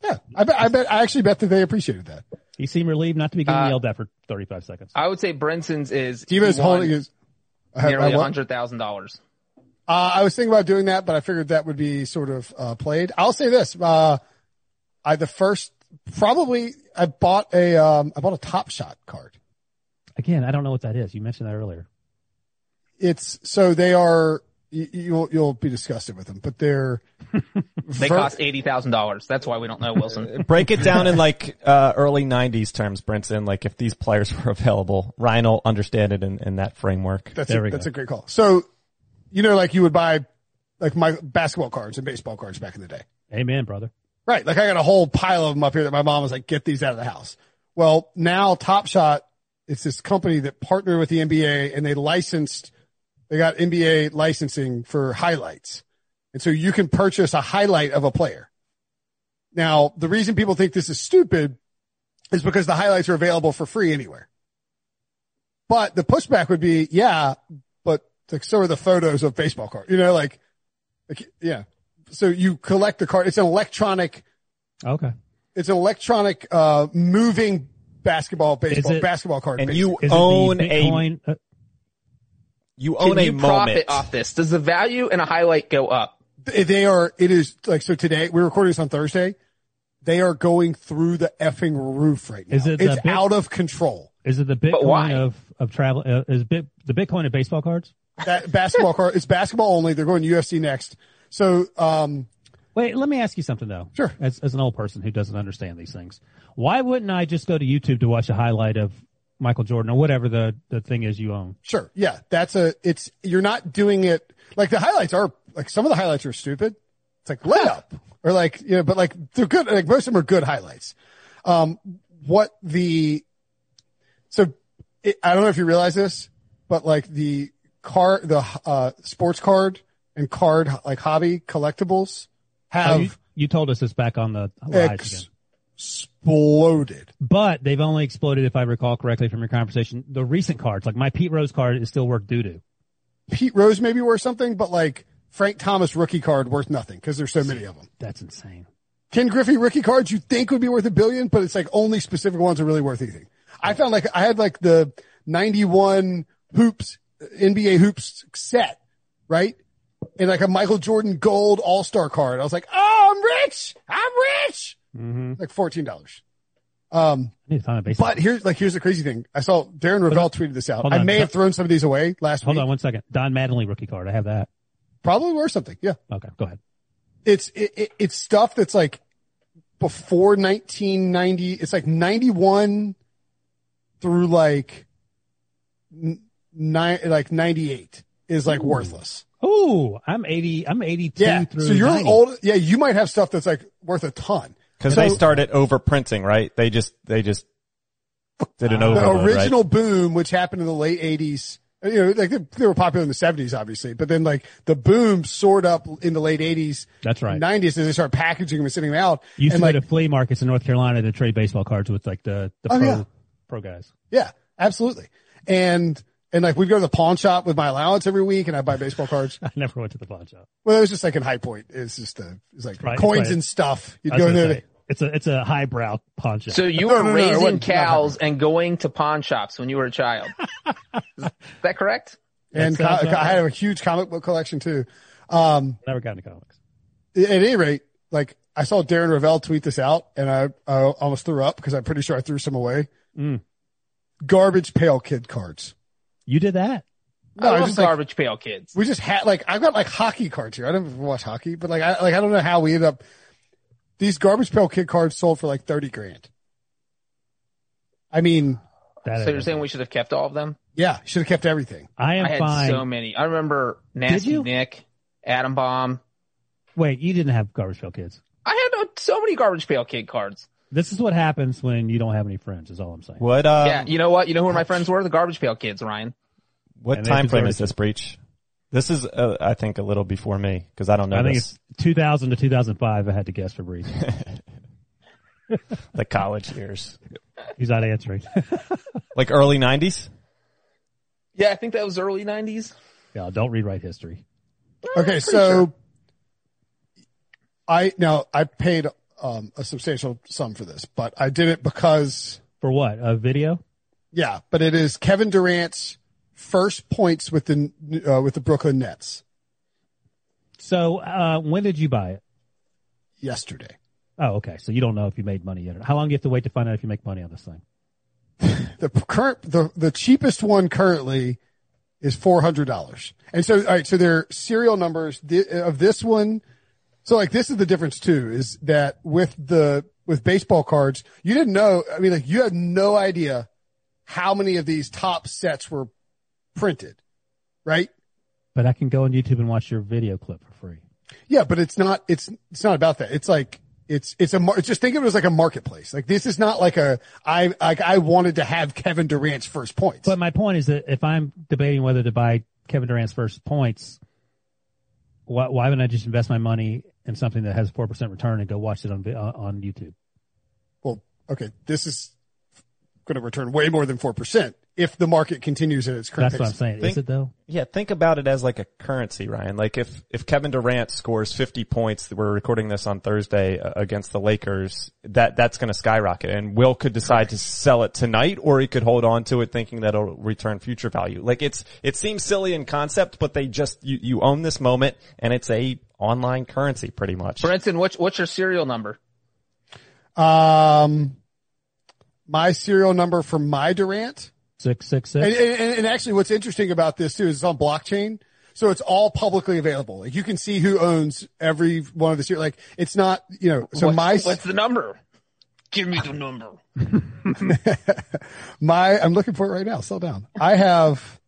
S1: Yeah, I bet, I bet, I actually bet that they appreciated that.
S2: He seemed relieved not to be getting
S3: Uh,
S2: yelled at for 35 seconds.
S3: I would say Brinson's is he
S1: Debo's
S3: won
S1: holding his. I- I
S3: nearly
S1: wa-
S3: hundred thousand dollars.
S1: Uh, I was thinking about doing that, but I figured that would be sort of uh, played. I'll say this: uh, I the first probably I bought a um, I bought a Top Shot card.
S2: Again, I don't know what that is. You mentioned that earlier.
S1: It's so they are you, you'll you'll be disgusted with them, but they're
S3: They cost eighty thousand dollars. That's why we don't know Wilson.
S4: Break it down in like uh, early '90s terms, Brinson. Like if these players [LAUGHS] were available, Ryan will understand it in, in that framework.
S1: that's
S2: There
S1: a,
S2: we go.
S1: that's a great call. So you know, like you would buy like my basketball cards and baseball cards back in the day.
S2: Amen, brother.
S1: Right. Like I got a whole pile of them up here that my mom was like, get these out of the house. Well, now Top Shot It's this company that partnered with the NBA and they licensed, they got NBA licensing for highlights. And so you can purchase a highlight of a player. Now, the reason people think this is stupid is because the highlights are available for free anywhere. But the pushback would be, yeah, but like, so are the photos of baseball cards. You know, like, like, yeah. So you collect the card. It's an electronic,
S2: Okay.
S1: it's an electronic, uh, moving basketball, baseball,
S2: it-
S1: basketball card.
S4: And
S1: basically.
S4: you
S2: Is
S4: own
S2: it the
S4: a
S2: Bitcoin? uh,
S4: you
S3: Can
S4: [LAUGHS] own a
S3: you profit
S4: moment.
S3: off this? Does the value in a highlight go up?
S1: they are it is like so today we're recording this on thursday they are going through the effing roof right now
S2: Is it the
S1: it's
S2: big-
S1: out of control
S2: is it the
S3: why?
S2: Bitcoin of of travel? Uh, is bit the Bitcoin of baseball cards?
S1: that basketball card it's basketball only they're going ufc next so um
S2: Wait, let me ask you something though.
S1: Sure.
S2: As, as an old person who doesn't understand these things, why wouldn't I just go to YouTube to watch a highlight of Michael Jordan or whatever the, the thing is you own?
S1: sure yeah that's a it's you're not doing it like the highlights are like some of the highlights are stupid it's like layup or like you know but like they're good like most of them are good highlights um what the so it, i don't know if you realize this but like the car the uh sports card and card like hobby collectibles
S2: Oh, you,
S1: have
S2: you told us this back on the live again.
S1: exploded
S2: But they've only exploded, if I recall correctly from your conversation, the recent cards. Like my Pete Rose card is still worth doo doo.
S1: pete rose maybe worth something but like frank thomas rookie card worth nothing because there's so many of them
S2: That's insane.
S1: Ken Griffey rookie cards you think would be worth a billion, but it's like only specific ones are really worth anything. I found like I had like the 91 hoops, NBA hoops set, right? And like a Michael Jordan gold all star card. I was like, Oh, I'm rich. I'm rich.
S2: Mm-hmm.
S1: Like $14. Um,
S2: I need to find a baseball.
S1: but here's like, here's the crazy thing. I saw Darren Ravel tweeted this out.
S2: Hold
S1: I
S2: on.
S1: may have thrown some of these away last
S2: Hold
S1: week.
S2: on one second. Don Mattingly rookie card. I have that.
S1: Probably worth something. Yeah.
S2: Okay, go ahead.
S1: it's it, it, it's stuff that's like before 1990 it's like 91 through like n- nine like 98 is like worthless
S2: Ooh, I'm 80, I'm 82
S1: yeah
S2: through
S1: so you're
S2: 90.
S1: old yeah you might have stuff that's like worth a ton
S4: Cause
S1: So-
S4: they started overprinting, right? They just, they just did an
S1: the
S4: overload, right?
S1: original boom which happened in the late 80s you know like they, they were popular in the 70s obviously but then like the boom soared up in the late 80s
S2: That's right.
S1: 90s and they started packaging them and sending them out
S2: You used
S1: and
S2: to
S1: like
S2: go to flea markets in North Carolina to trade baseball cards with like the, the
S1: Oh,
S2: pro,
S1: yeah.
S2: pro guys.
S1: Yeah, absolutely. And and like we'd go to the pawn shop with my allowance every week, and I buy baseball cards.
S2: [LAUGHS] I never went to the pawn shop.
S1: well, it was just like in High Point. It's just a, it's like
S2: Right,
S1: coins
S2: right.
S1: and stuff. You'd
S2: I was
S1: go in
S2: gonna
S1: there.
S2: say, it's a, it's a highbrow pawn shop.
S3: So you
S1: No,
S3: were
S1: no, no, it
S3: raising
S1: wasn't-
S3: cows and going to pawn shops when you were
S1: [LAUGHS]
S3: a child. Is that correct?
S1: and co-
S2: sounds about
S1: I had a huge comic book collection too. Um,
S2: never got into comics.
S1: at any rate, like I saw Darren Ravel tweet this out, and I, I almost threw up because I'm pretty sure I threw some away.
S2: Mm.
S1: Garbage pail kid cards.
S2: You did that?
S1: No,
S3: I
S1: I
S3: love
S1: just like
S3: Oh, garbage pail kids.
S1: we just had like I've got like hockey cards here. I don't even watch hockey, but like I like I don't know how we ended up. These garbage pail kid cards sold for like thirty grand. I mean,
S2: that
S3: So you're saying we should have kept all of them?
S1: yeah, should have kept everything.
S2: I am
S3: I had
S2: fine.
S3: so many. I remember Nasty
S2: you?
S3: Nick, Adam Bomb.
S2: Wait, you didn't have garbage pail kids.
S3: I had uh, so many garbage pail kid cards.
S2: This is what happens when you don't have any friends. Is all I'm saying.
S4: What,
S1: Um,
S4: uh,
S3: yeah, you know what? You know who my friends were? The garbage pail kids, Ryan.
S4: what
S2: And they
S4: time frame
S2: deserve
S4: is this breach? This is, uh, I think a little before me because I don't know
S2: I think
S4: this,
S2: it's 2000 to 2005. I had to guess for
S3: [LAUGHS]
S2: Breeze.
S4: the college years,
S2: He's not answering. [LAUGHS]
S4: like early nineties.
S3: Yeah, I think that was early '90s.
S2: yeah, don't rewrite history.
S1: Okay, so I now I paid um, a substantial sum for this, but I did it because
S2: For what? A video?
S1: yeah, but it is Kevin Durant's first points with the uh, with the Brooklyn Nets
S2: So uh, when did you buy it?
S1: yesterday.
S2: Oh, okay. So you don't know if you made money yet. or not. How long do you have to wait to find out if you make money on this thing?
S1: the current the the cheapest one currently is four hundred dollars. And so, all right, so their serial numbers thi- of this one. So, like, this is the difference too, is that with the with baseball cards, you didn't know. I mean, like, you had no idea how many of these top sets were printed, right?
S2: But I can go on YouTube and watch your video clip for free.
S1: Yeah, but it's not. It's it's not about that. It's like It's it's a mar- just think of it as like a marketplace. Like this is not like a I like I wanted to have Kevin Durant's first points.
S2: But my point is that if I'm debating whether to buy Kevin Durant's first points, why, why wouldn't I just invest my money in something that has four percent return and go watch it on vi- on on YouTube?
S1: well, okay, this is going to return way more than four percent if the market continues at its current
S2: That's
S1: pace.
S2: what I'm saying.
S4: Think-
S2: is it though?
S4: Yeah, think about it as like a currency, Ryan. Like if, if Kevin Durant scores 50 points, we're recording this on Thursday uh, against the Lakers, that, that's going to skyrocket and Will could decide to sell it tonight or he could hold on to it thinking that it'll return future value. Like it's, it seems silly in concept, but they just, you, you own this moment and it's a online currency pretty much.
S3: Brenton, what's what's your serial number?
S1: Um, my serial number for my Durant,
S2: Six six
S1: and,
S2: six.
S1: and, and actually, what's interesting about this too is it's on blockchain, so it's all publicly available. Like you can see who owns every one of the serial. Like it's not, you know. So
S3: what's,
S1: my
S3: what's the number? Give me the number.
S1: [LAUGHS] my I'm looking for it right now. Slow down. I have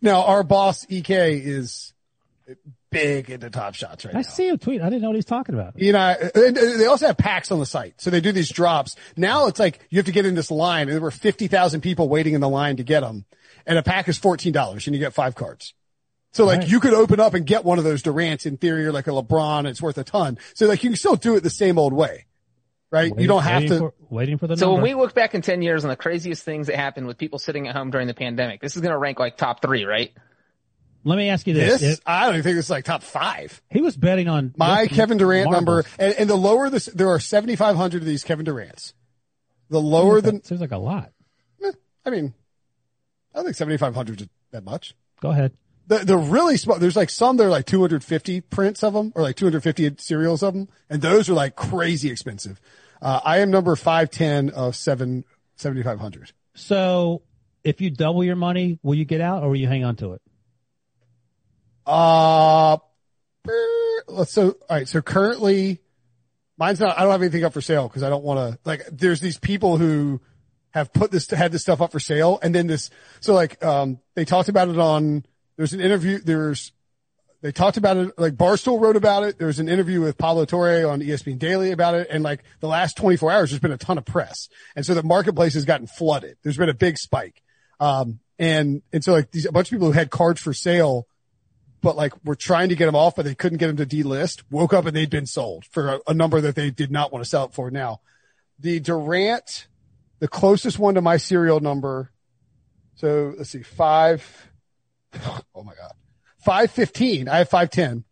S1: now our boss Ek is big into top shots right
S2: I
S1: now.
S2: see him tweet. I didn't know what he's talking about.
S1: You know, and uh, they also have packs on the site. So they do these drops. Now it's like you have to get in this line and there were 50,000 people waiting in the line to get them. And a pack is $14 and you get five cards. So like
S2: Right.
S1: you could open up and get one of those Durants in theory or like a LeBron. It's worth a ton. So like you can still do it the same old way, right? you don't have
S2: waiting
S1: to.
S2: for, waiting for the
S3: So when
S2: number.
S3: we look back in 10 years on the craziest things that happened with people sitting at home during the pandemic, this is going to rank like top three, right?
S2: Let me ask you this:
S1: this,
S2: If-
S1: I don't even think it's like top five.
S2: He was betting on
S1: My
S2: Western
S1: Kevin Durant
S2: marbles.
S1: number, and, and the lower this, there are 7,500 of these Kevin Durants. The lower the,
S2: That seems like a lot.
S1: I mean, I don't think 7,500 is that much.
S2: Go ahead.
S1: The, the really small, there's like some, that are like 250 prints of them or like 250 serials of them. And those are like crazy expensive. Uh, I am number 510 of seven, 7,500.
S2: So if you double your money, will you get out or will you hang on to it?
S1: Uh, brr, let's, so, all right. So currently mine's not, I don't have anything up for sale because I don't want to, like, there's these people who have put this, had this stuff up for sale. And then this, so like, um, they talked about it on, there's an interview, there's, they talked about it, like Barstool wrote about it. There was an interview with Pablo Torre on E ESPN Daily about it. And like the last 24 hours, there's been a ton of press. And so the marketplace has gotten flooded. There's been a big spike. Um, and, and so like these, a bunch of people who had cards for sale, but like were trying to get them off, but they couldn't get them to delist, woke up and they'd been sold for a, a number that they did not want to sell it for now. The Durant, the closest one to my serial number. So let's see, five. [LAUGHS] Oh my God. 515. I have 510.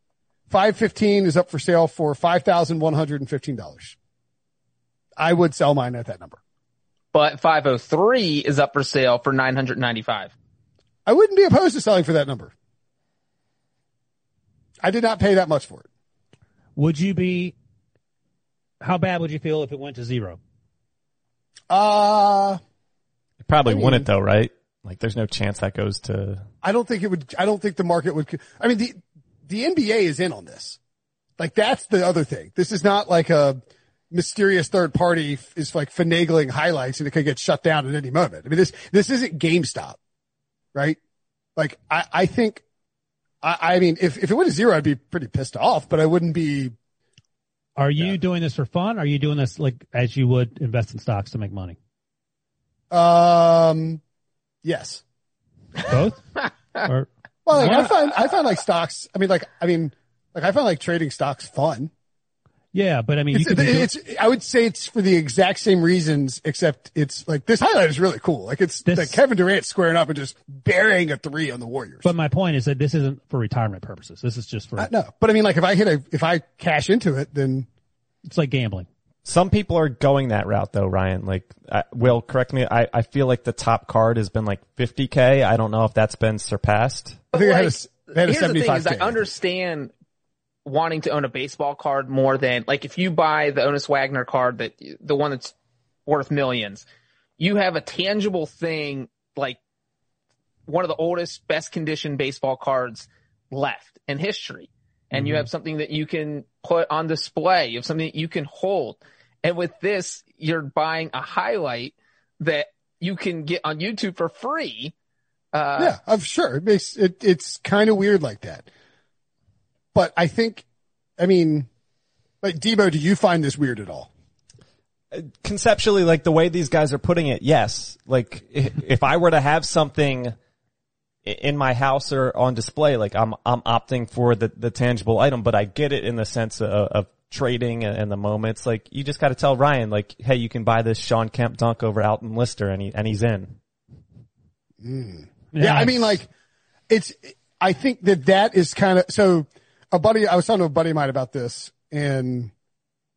S1: 515 is up for sale for $5,115. I would sell mine at that number.
S3: But 503 is up for sale for 995.
S1: I wouldn't be opposed to selling for that number. I did not pay that much for it.
S2: Would you be? How bad would you feel if it went to zero?
S1: Uh,
S4: It probably
S1: I mean-
S4: wouldn't though, right? Like there's no chance that goes to,
S1: I don't think it would, I don't think the market would, I mean, the, the NBA is in on this. Like that's the other thing. This is not like a mysterious third party f- is like finagling highlights and it could get shut down at any moment. I mean, this, this isn't GameStop, right? Like I, I think, I, I mean, if, if it went to zero, I'd be pretty pissed off, but I wouldn't be,
S2: Are you doing this for fun? Are you doing this like as you would invest in stocks to make money?
S1: um, yes. [LAUGHS]
S2: Both? or
S1: Well, like, I find, I find like stocks, I mean, like, I mean, like I find like trading stocks fun.
S2: yeah, but I mean, you
S1: It's,
S2: could be doing-
S1: it's, I would say it's for the exact same reasons, except it's like this highlight is really cool. Like it's
S2: This-
S1: like Kevin Durant squaring up and just burying a three on the Warriors.
S2: But my point is that this isn't for retirement purposes. This is just for
S1: I- no, but I mean, like if I hit a, if I cash into it, then
S2: it's like gambling.
S4: Some people are going that route though, Ryan. Like, I, Will, correct me. I, I feel like the top card has been like 50k. I don't know if that's been surpassed.
S1: I think I had a, s- I had a
S3: Here's the thing:
S1: 75.
S3: is I understand wanting to own a baseball card more than like if you buy the Onus Wagner card that the one that's worth millions, you have a tangible thing like one of the oldest, best conditioned baseball cards left in history, and
S1: Mm-hmm.
S3: you have something that you can put on display. You have something that you can hold, and with this, you're buying a highlight that you can get on YouTube for free. Uh,
S1: yeah, I'm sure it makes it, it's kind of weird like that. But I think, I mean, Like Debo, do you find this weird at all?
S4: conceptually, like the way these guys are putting it, yes. Like i- if I were to have something i- in my house or on display, like I'm, I'm opting for the, the tangible item, but I get it in the sense of, of trading and, and the moments. Like you just got to tell Ryan, like, Hey, you can buy this Sean Kemp dunk over Alton Lister and he, and he's in.
S1: Yeah, I mean, like, it's. I think that that is kind of so. A buddy, I was talking to a buddy of mine about this, and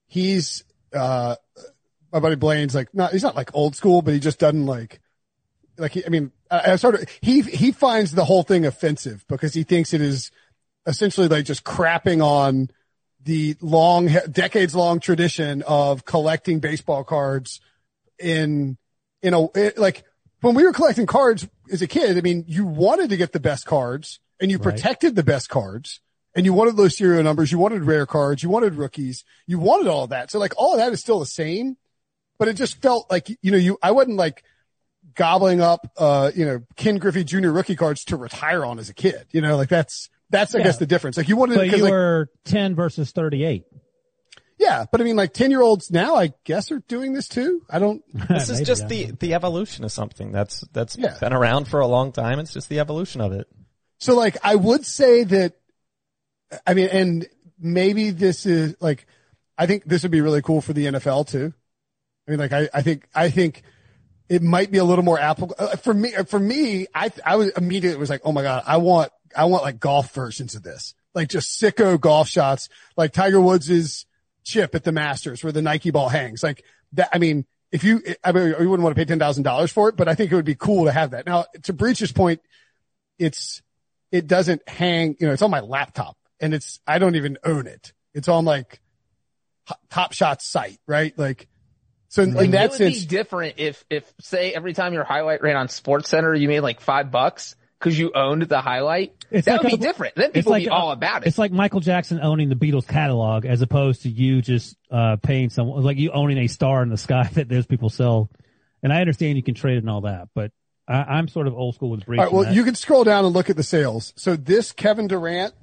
S1: he's uh my buddy Blaine's like not. He's not like old school, but he just doesn't like. Like he, I mean, I, I sort of he he finds the whole thing offensive because he thinks it is essentially like just crapping on the long decades long tradition of collecting baseball cards in in a it, like when we were collecting cards as a kid, I mean, you wanted to get the best cards and you
S2: Right.
S1: protected the best cards and you wanted those serial numbers, you wanted rare cards, you wanted rookies, you wanted all that. So like all of that is still the same, but it just felt like, you know, you, I wasn't like gobbling up, uh, you know, Ken Griffey Jr. rookie cards to retire on as a kid, you know, like that's, that's, I
S2: Yeah.
S1: guess the difference. Like you wanted,
S2: But
S1: because
S2: you
S1: like,
S2: were 10 versus 38.
S1: yeah, but I mean like 10 year olds now, I guess are doing this too. I don't,
S2: [LAUGHS]
S4: This is
S2: Maybe,
S4: just
S2: I
S4: the,
S2: don't
S4: the evolution of something that's, that's
S1: Yeah.
S4: been around for a long time. It's just the evolution of it.
S1: So like I would say that I mean and maybe this is like I think this would be really cool for the NFL too. I mean like I, I think I think it might be a little more applicable uh, for me for me I I was immediately was like oh my god I want I want like golf versions of this. Like just sicko golf shots like Tiger Woods's chip at the Masters where the Nike ball hangs. Like that I mean if you I mean you wouldn't want to pay $10,000 for it but I think it would be cool to have that. Now to Breach's point it's it doesn't hang, you know, it's on my laptop and it's, I don't even own it. It's on like Ho- Top Shot's site, right? Like, so in, in
S3: it
S1: that
S3: would
S1: sense,
S3: be different if, if say every time your highlight ran on Sports Center, you made like five bucks because you owned the highlight.
S2: [LAUGHS] It's
S3: that
S2: like
S3: would be
S2: a-
S3: different. Then
S2: it's
S3: people would be
S2: like a-
S3: all about it.
S2: It's like Michael Jackson owning the Beatles catalog as opposed to you just, uh, paying someone, like you owning a star in the sky [LAUGHS] that those people sell. And I understand you can trade it and all that, but I, I'm sort of old school with breach.
S1: all right, well, you can scroll down and look at the sales. So this Kevin Durant,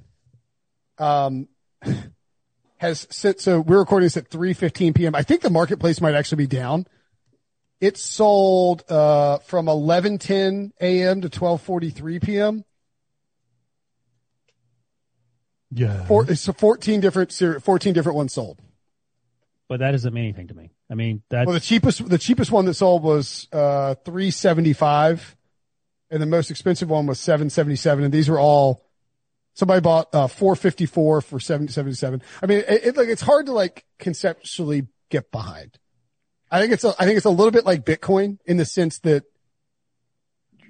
S1: um, has sent, so we're recording this at 3.15 PM. I think the marketplace might actually be down. It sold, uh, from 11.10 AM to 12.43 PM.
S2: yeah.
S1: Four, it's 14 different, ser- 14 different ones sold.
S2: but that doesn't mean anything to me. I mean, that's,
S1: Well, the cheapest the cheapest one that sold was uh, three seventy five, and the most expensive one was seven seventy seven. And these were all somebody bought uh, four fifty four for seven seventy seven. I mean, it, it like it's hard to like conceptually get behind. I think it's a, I think it's a little bit like Bitcoin in the sense that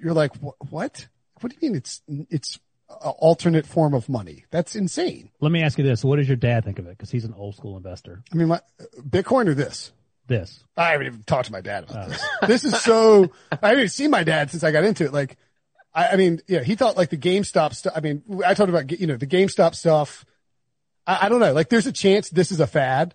S1: you're like "Wh- what what do you mean it's it's an alternate form of money? That's insane.
S2: let me ask you this. What does your dad think of it? Cause he's an old school investor.
S1: I mean, my, Bitcoin or this.
S2: This.
S1: I haven't even talked to my dad about this. This is so, I haven't even seen my dad since I got into it. Like, I, I mean, yeah, he thought like the GameStop stuff. I mean, I talked about, you know, the GameStop stuff. I, I don't know. Like there's a chance this is a fad.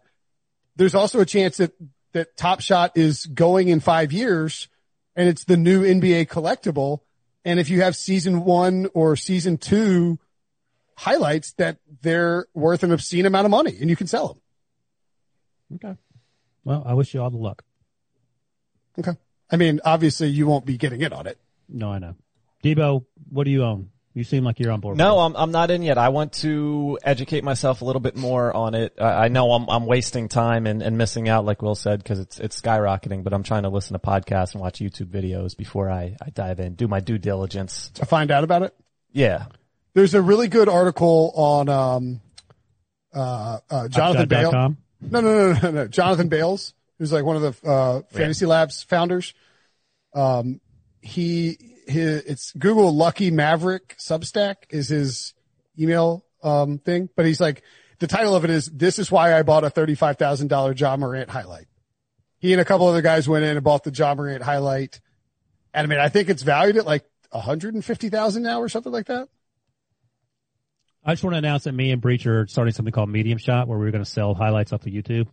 S1: There's also a chance that, that Top Shot is going in five years and it's the new NBA collectible. And if you have season one or season two highlights that they're worth an obscene amount of money and you can sell them.
S2: Okay. Well, I wish you all the luck.
S1: Okay. I mean, obviously you won't be getting in on it.
S2: No, I know. Debo, what do you own? You seem like you're on board.
S4: No,
S2: with
S4: I'm I'm not in yet. I want to educate myself a little bit more on it. I, I know I'm I'm wasting time and, and missing out, like Will said, because it's it's skyrocketing. But I'm trying to listen to podcasts and watch YouTube videos before I I dive in, do my due diligence.
S1: to find out about it.
S4: Yeah,
S1: There's a really good article on um, uh, uh,
S2: it.
S1: Jonathan Bale.
S2: Upshot.com.
S1: No, no, no, no, no. Jonathan Bales, who's like one of the uh, Fantasy Labs founders. Um, he, his, it's Google Lucky Maverick Substack is his email um, thing, but he's like the title of it is "This is why I bought a thirty-five thousand dollar John Morant highlight." He and a couple other guys went in and bought the John Morant highlight, and I mean, I think it's valued at like one hundred and fifty thousand now or something like that.
S2: I just want to announce that me and Breach are starting something called Medium Shot where we're going to sell highlights off of YouTube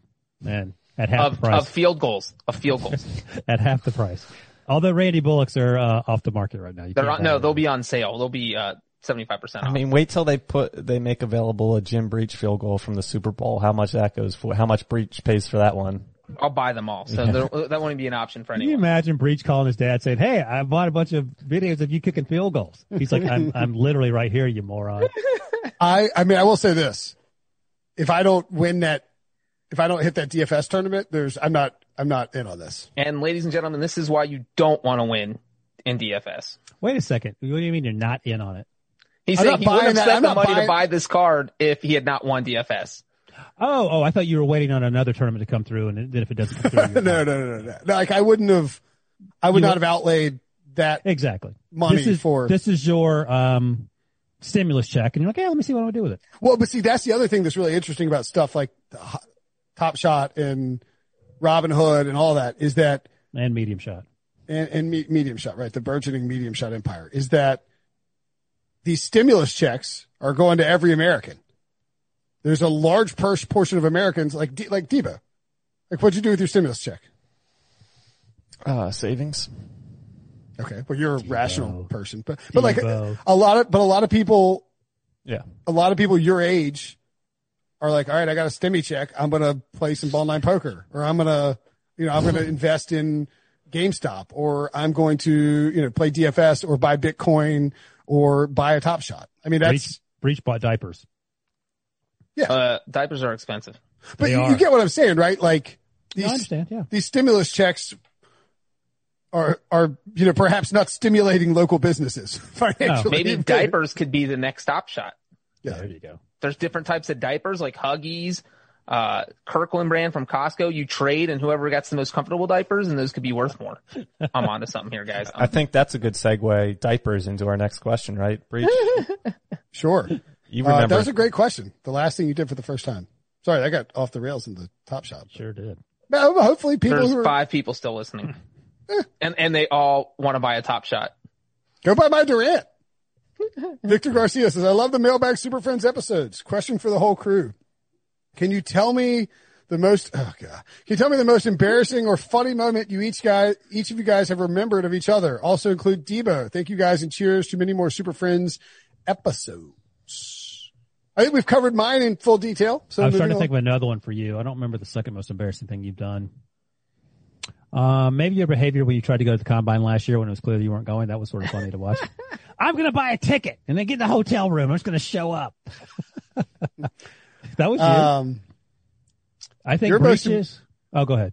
S2: and at half the
S3: of,
S2: price.
S3: of field goals, of
S2: [LAUGHS]
S3: field goals.
S2: at half the price. Although Randy Bullocks are uh, off the market right now. You
S3: They're
S2: can't
S3: on,
S2: buy
S3: no,
S2: them.
S3: they'll be on sale. They'll be, uh, 75 percent.
S4: I mean, wait till they put they make available a Jim Breach field goal from the Super Bowl. How much that goes for? How much Breach pays for that one?
S3: I'll buy them all. So there, that won't be an option for
S2: Can you
S3: anyone.
S2: imagine Breach calling his dad saying, Hey, I bought a bunch of videos of you kicking field goals. He's like, I'm, I'm literally right here, you
S3: [LAUGHS]
S2: moron.
S1: I, I mean, I will say this. If I don't win that, if I don't hit that DFS tournament, there's, I'm not, I'm not in on this.
S3: And ladies and gentlemen, this is why you don't want to win in DFS.
S2: Wait a second. What do you mean you're not in on it?
S3: He's
S1: I'm not
S3: saying he wouldn't
S1: buying
S3: have
S1: that. I'm
S3: spent the
S1: not
S3: money to
S1: buying-
S3: buy this card if he had not won DFS.
S2: Oh, oh, I thought you were waiting on another tournament to come through. And then if it doesn't
S1: [LAUGHS]
S2: come through,
S1: no, no,
S2: you're not.
S1: no, no, no. Like I wouldn't have, I would
S2: You
S1: not
S2: would-
S1: have outlaid that.
S2: Exactly.
S1: Money
S2: this is,
S1: for-
S2: this is your, um, stimulus check. And you're like, yeah, let me see what I do with it.
S1: Well, but see, that's the other thing that's really interesting about stuff like the Ho- Top Shot and Robin Hood and all that is that,
S2: And medium shot.
S1: and, and me, medium shot, right? The burgeoning medium shot empire is that these stimulus checks are going to every American. There's a large pers- portion of Americans like, D, like Debo. Like, what'd you do with your stimulus check?
S4: Uh, savings.
S1: Okay. Well, you're a rational person, but, but like
S2: Debo.
S1: a lot of, but a lot of people,
S4: Yeah.
S1: a lot of people your age are like, all right, I got a stimmy check. I'm going to play some ball nine poker or I'm going to, you know, I'm going to invest in GameStop or I'm going to, you know, play DFS or buy Bitcoin or buy a top shot. I mean, that's,
S2: Breach, Breach bought diapers.
S3: Uh, diapers are expensive.
S1: but
S2: they
S1: you, you
S2: are.
S1: get what I'm saying, right? Like
S2: No, I
S1: these,
S2: understand. Yeah.
S1: these stimulus checks are, are, you know, perhaps not stimulating local businesses [LAUGHS] financially.
S3: Maybe diapers could be the next stop shot.
S2: There you go.
S3: There's different types of diapers like Huggies, uh, Kirkland brand from Costco. You trade and whoever gets the most comfortable diapers and those could be worth more. I'm onto something here, guys.
S4: I think that's a good segue diapers into our next question, right? Breach.
S2: [LAUGHS]
S1: Sure.
S4: You
S1: Uh, that
S4: remember
S1: was a great question. The last thing you did for the first time. Sorry, I got off the rails in the top shot.
S2: Sure did.
S1: But hopefully people
S3: There's
S1: who are,
S3: five people still listening. and, and they all want to buy a top shot.
S1: Go buy my Durant. [LAUGHS] Victor Garcia says, I love the Mailbag Super Friends episodes. Question for the whole crew. Can you tell me the most, oh God, can you tell me the most embarrassing or funny moment you each guy, each of you guys have remembered of each other? Also include Debo. Thank you guys and cheers to many more Super Friends episodes. I think we've covered mine in full detail. So
S2: I was
S1: moving
S2: trying to
S1: on.
S2: think of another one for you. I don't remember the second most embarrassing thing you've done. Uh, maybe your behavior when you tried to go to the combine last year when it was clear that you weren't going. That was sort of funny to
S1: [LAUGHS]
S2: watch. I'm going to buy a ticket and then get in the hotel room. I'm just going to show up. [LAUGHS] that was you.
S1: um,
S2: I think
S1: your most-
S2: breaches. Oh, go ahead.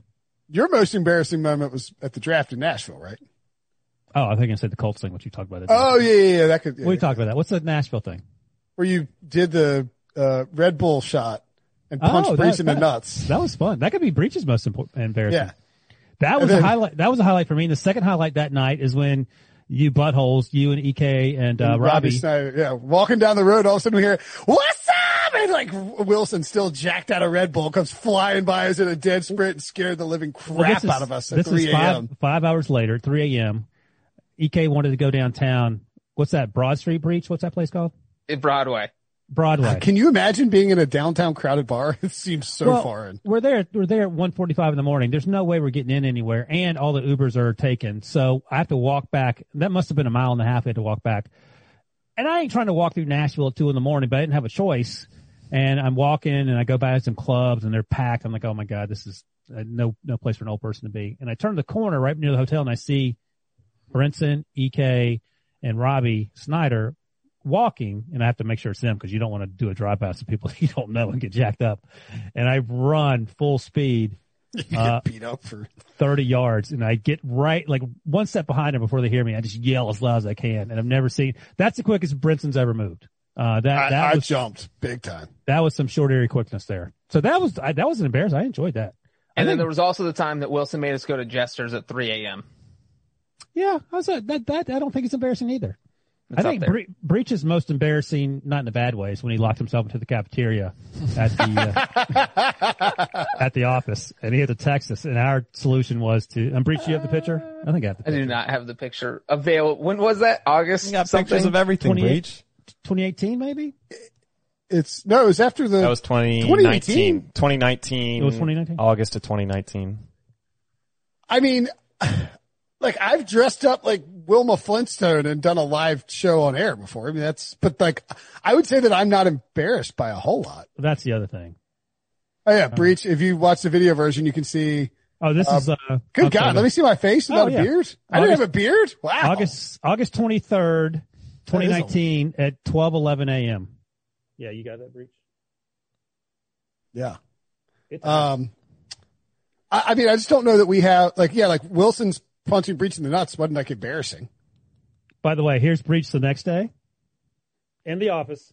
S1: your most embarrassing moment was at the draft in Nashville, right?
S2: Oh, I think I said the Colts thing, which you talked about. that.
S1: Oh yeah, yeah, yeah. That could, yeah,
S2: we
S1: yeah.
S2: talked about that. What's the Nashville thing?
S1: where you did the uh, Red Bull shot and punched
S2: Oh,
S1: Brees
S2: that-
S1: in the
S2: that-
S1: nuts.
S2: That was fun. That could be breaches most impor- embarrassing.
S1: Yeah.
S2: That was
S1: then-
S2: a highlight. That was a highlight for me. And the second highlight that night is when you buttholes, you and Ek and, uh,
S1: And
S2: Robbie.
S1: Snyder, yeah, walking down the road, all of a sudden we hear, "What's up?" And like Wilson, still jacked out of Red Bull, comes flying by us in a dead sprint and scared the living
S2: Well,
S1: crap
S2: this is-
S1: out of us at
S2: this is
S1: three
S2: five,
S1: a.m.
S2: five hours later, 3 a.m. Ek E wanted to go downtown. What's that? Broad Street Breach? What's that place called?
S3: In Broadway.
S2: Broadway.
S1: Ah, Can you imagine being in a downtown crowded bar? [LAUGHS] It seems so
S2: Well,
S1: foreign.
S2: We're there. We're there at 1:45 in the morning. There's no way we're getting in anywhere, and all the Ubers are taken. So I have to walk back. That must have been a mile and a half. I had to walk back, and I ain't trying to walk through Nashville at two in the morning, but I didn't have a choice. And I'm walking, and I go by some clubs, and they're packed. I'm like, oh my god, this is uh, no no place for an old person to be. And I turn the corner right near the hotel, and I see Brinson, Ek, and Robbie Snyder walking, and I have to make sure it's them because you don't want to do a drive by some people [LAUGHS] you don't know and get jacked up. And I run full speed,
S1: You get
S2: uh,
S1: beat up for
S2: 30 yards, and I get right, like one step behind them before they hear me. I just yell as loud as I can. And I've never seen, that's the quickest Brinson's ever moved. Uh, that,
S1: I,
S2: that
S1: I
S2: was,
S1: jumped big time.
S2: that was some short area quickness there. So that was, I, that was an embarrassment. I enjoyed that. I
S3: And then
S2: think-
S3: there was also the time that Wilson made us go to Jester's at 3 a.m.
S2: Yeah, I was like, that, that I don't think it's embarrassing either. I
S3: up
S2: think
S3: there.
S2: Bre- Breach is most embarrassing, not in a bad way, is when he locked himself into the cafeteria at the [LAUGHS] uh, at the office, and he had to text us. And our solution was to and Breach. You have the picture? I think I have the
S3: I do
S2: picture.
S3: not have the picture available. When was that? August?
S4: you got
S3: something?
S4: pictures of everything,
S2: 28?
S4: Breach.
S2: 2018, maybe.
S1: It's no, it was after the
S4: That was
S1: 2018?
S4: 2019. 2019.
S2: It was 2019?
S4: August of 2019.
S1: I mean, [SIGHS] like I've dressed up like Wilma Flintstone and done a live show on air before. I mean, that's, but like, I would say that I'm not embarrassed by a whole lot.
S2: That's the other thing.
S1: Oh
S2: Uh-huh.
S1: yeah. Breach. If you watch the video version, you can see,
S2: Oh, this is uh,
S1: good
S2: I'm
S1: God,
S2: sorry.
S1: let me see my face without
S2: Oh, yeah.
S1: a beard. I didn't
S2: August-
S1: have a beard. Wow.
S2: August August twenty third,
S1: That
S2: twenty
S1: is a-
S2: nineteen at twelve eleven a.m. Yeah, you got that breach.
S1: Yeah.
S2: It's-
S1: Um, I, I mean, I just don't know that we have like, yeah, like Wilson's punching Breach in the nuts wasn't like embarrassing. [LAUGHS]
S2: By the way, here's breach the next day. In the office.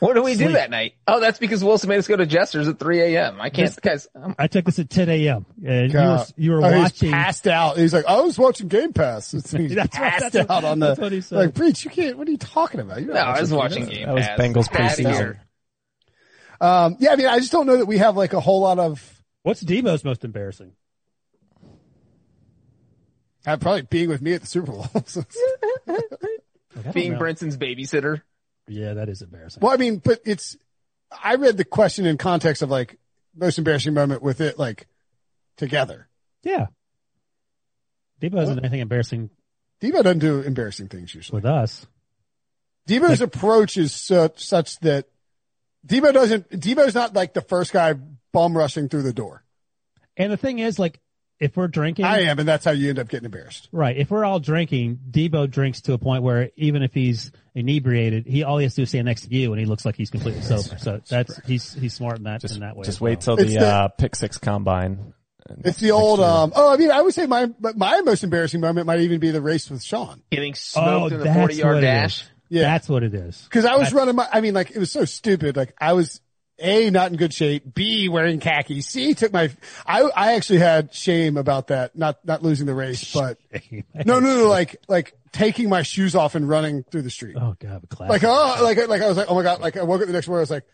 S3: What do we do
S2: Sleep.
S3: that night? Oh, that's because Wilson made us go to Jester's at 3 a.m. I can't,
S2: This-
S3: guys. I'm,
S2: I took this at ten a.m. and you were
S1: God.
S2: you were
S1: Oh, he was
S2: watching.
S1: passed out. He's like, I was watching Game
S2: [LAUGHS]
S1: Pass. It's- He's
S2: That's what-
S1: passed
S2: that's what-
S1: out on the.
S2: that's what he said.
S1: Like, Breach, you can't. What are you talking about? You're
S3: no,
S1: not
S3: I was watching
S1: Game
S3: Game
S4: That was
S3: Pass.
S4: Bengals
S3: Get outta
S4: preseason.
S3: here.
S1: Pass. Um, yeah, I mean, I just don't know that we have like a whole lot of.
S2: What's Debo's most embarrassing?
S1: uh, probably being with me at the Super Bowl. [LAUGHS] So
S2: [LAUGHS]
S1: it's-
S2: Like, I don't
S3: Being
S2: know.
S3: Brinson's babysitter.
S2: Yeah, that is embarrassing.
S1: Well, I mean, but it's, I read the question in context of like most embarrassing moment with it like together.
S2: Yeah. Debo hasn't done anything embarrassing
S1: Debo doesn't do embarrassing things usually.
S2: with us.
S1: Debo's approach is such, such that Debo doesn't, Debo's not like the first guy bum rushing through the door.
S2: And the thing is, like, if we're drinking,
S1: I am. And that's how you end up getting embarrassed.
S2: right? If we're all drinking, Debo drinks to a point where even if he's inebriated, he all he has to do is stand next to you, and he looks like he's completely sober. So that's he's he's smart in that
S4: Just,
S2: in that way.
S4: just
S2: as well.
S4: wait till
S1: It's
S4: the,
S1: the-
S4: uh, pick six combine.
S1: It's the old, um, oh, I mean, I would say my, but my most embarrassing moment might even be the race with Sean.
S3: Getting smoked
S2: Oh,
S3: in the
S2: that's
S3: 40 yard
S2: what it
S3: dash.
S2: is.
S1: Yeah.
S2: That's what it is.
S1: Cause I was running my, I mean, like it was so stupid. Like I was A, not in good shape, B, wearing khaki, C, took my, I, I actually had shame about that, not, not losing the
S2: [LAUGHS]
S1: race, but no, no, no, like, like taking my shoes off and running through the street.
S2: Oh god, the class.
S1: Like, oh, like, like I was like, oh my God, like I woke up the next morning, I was like,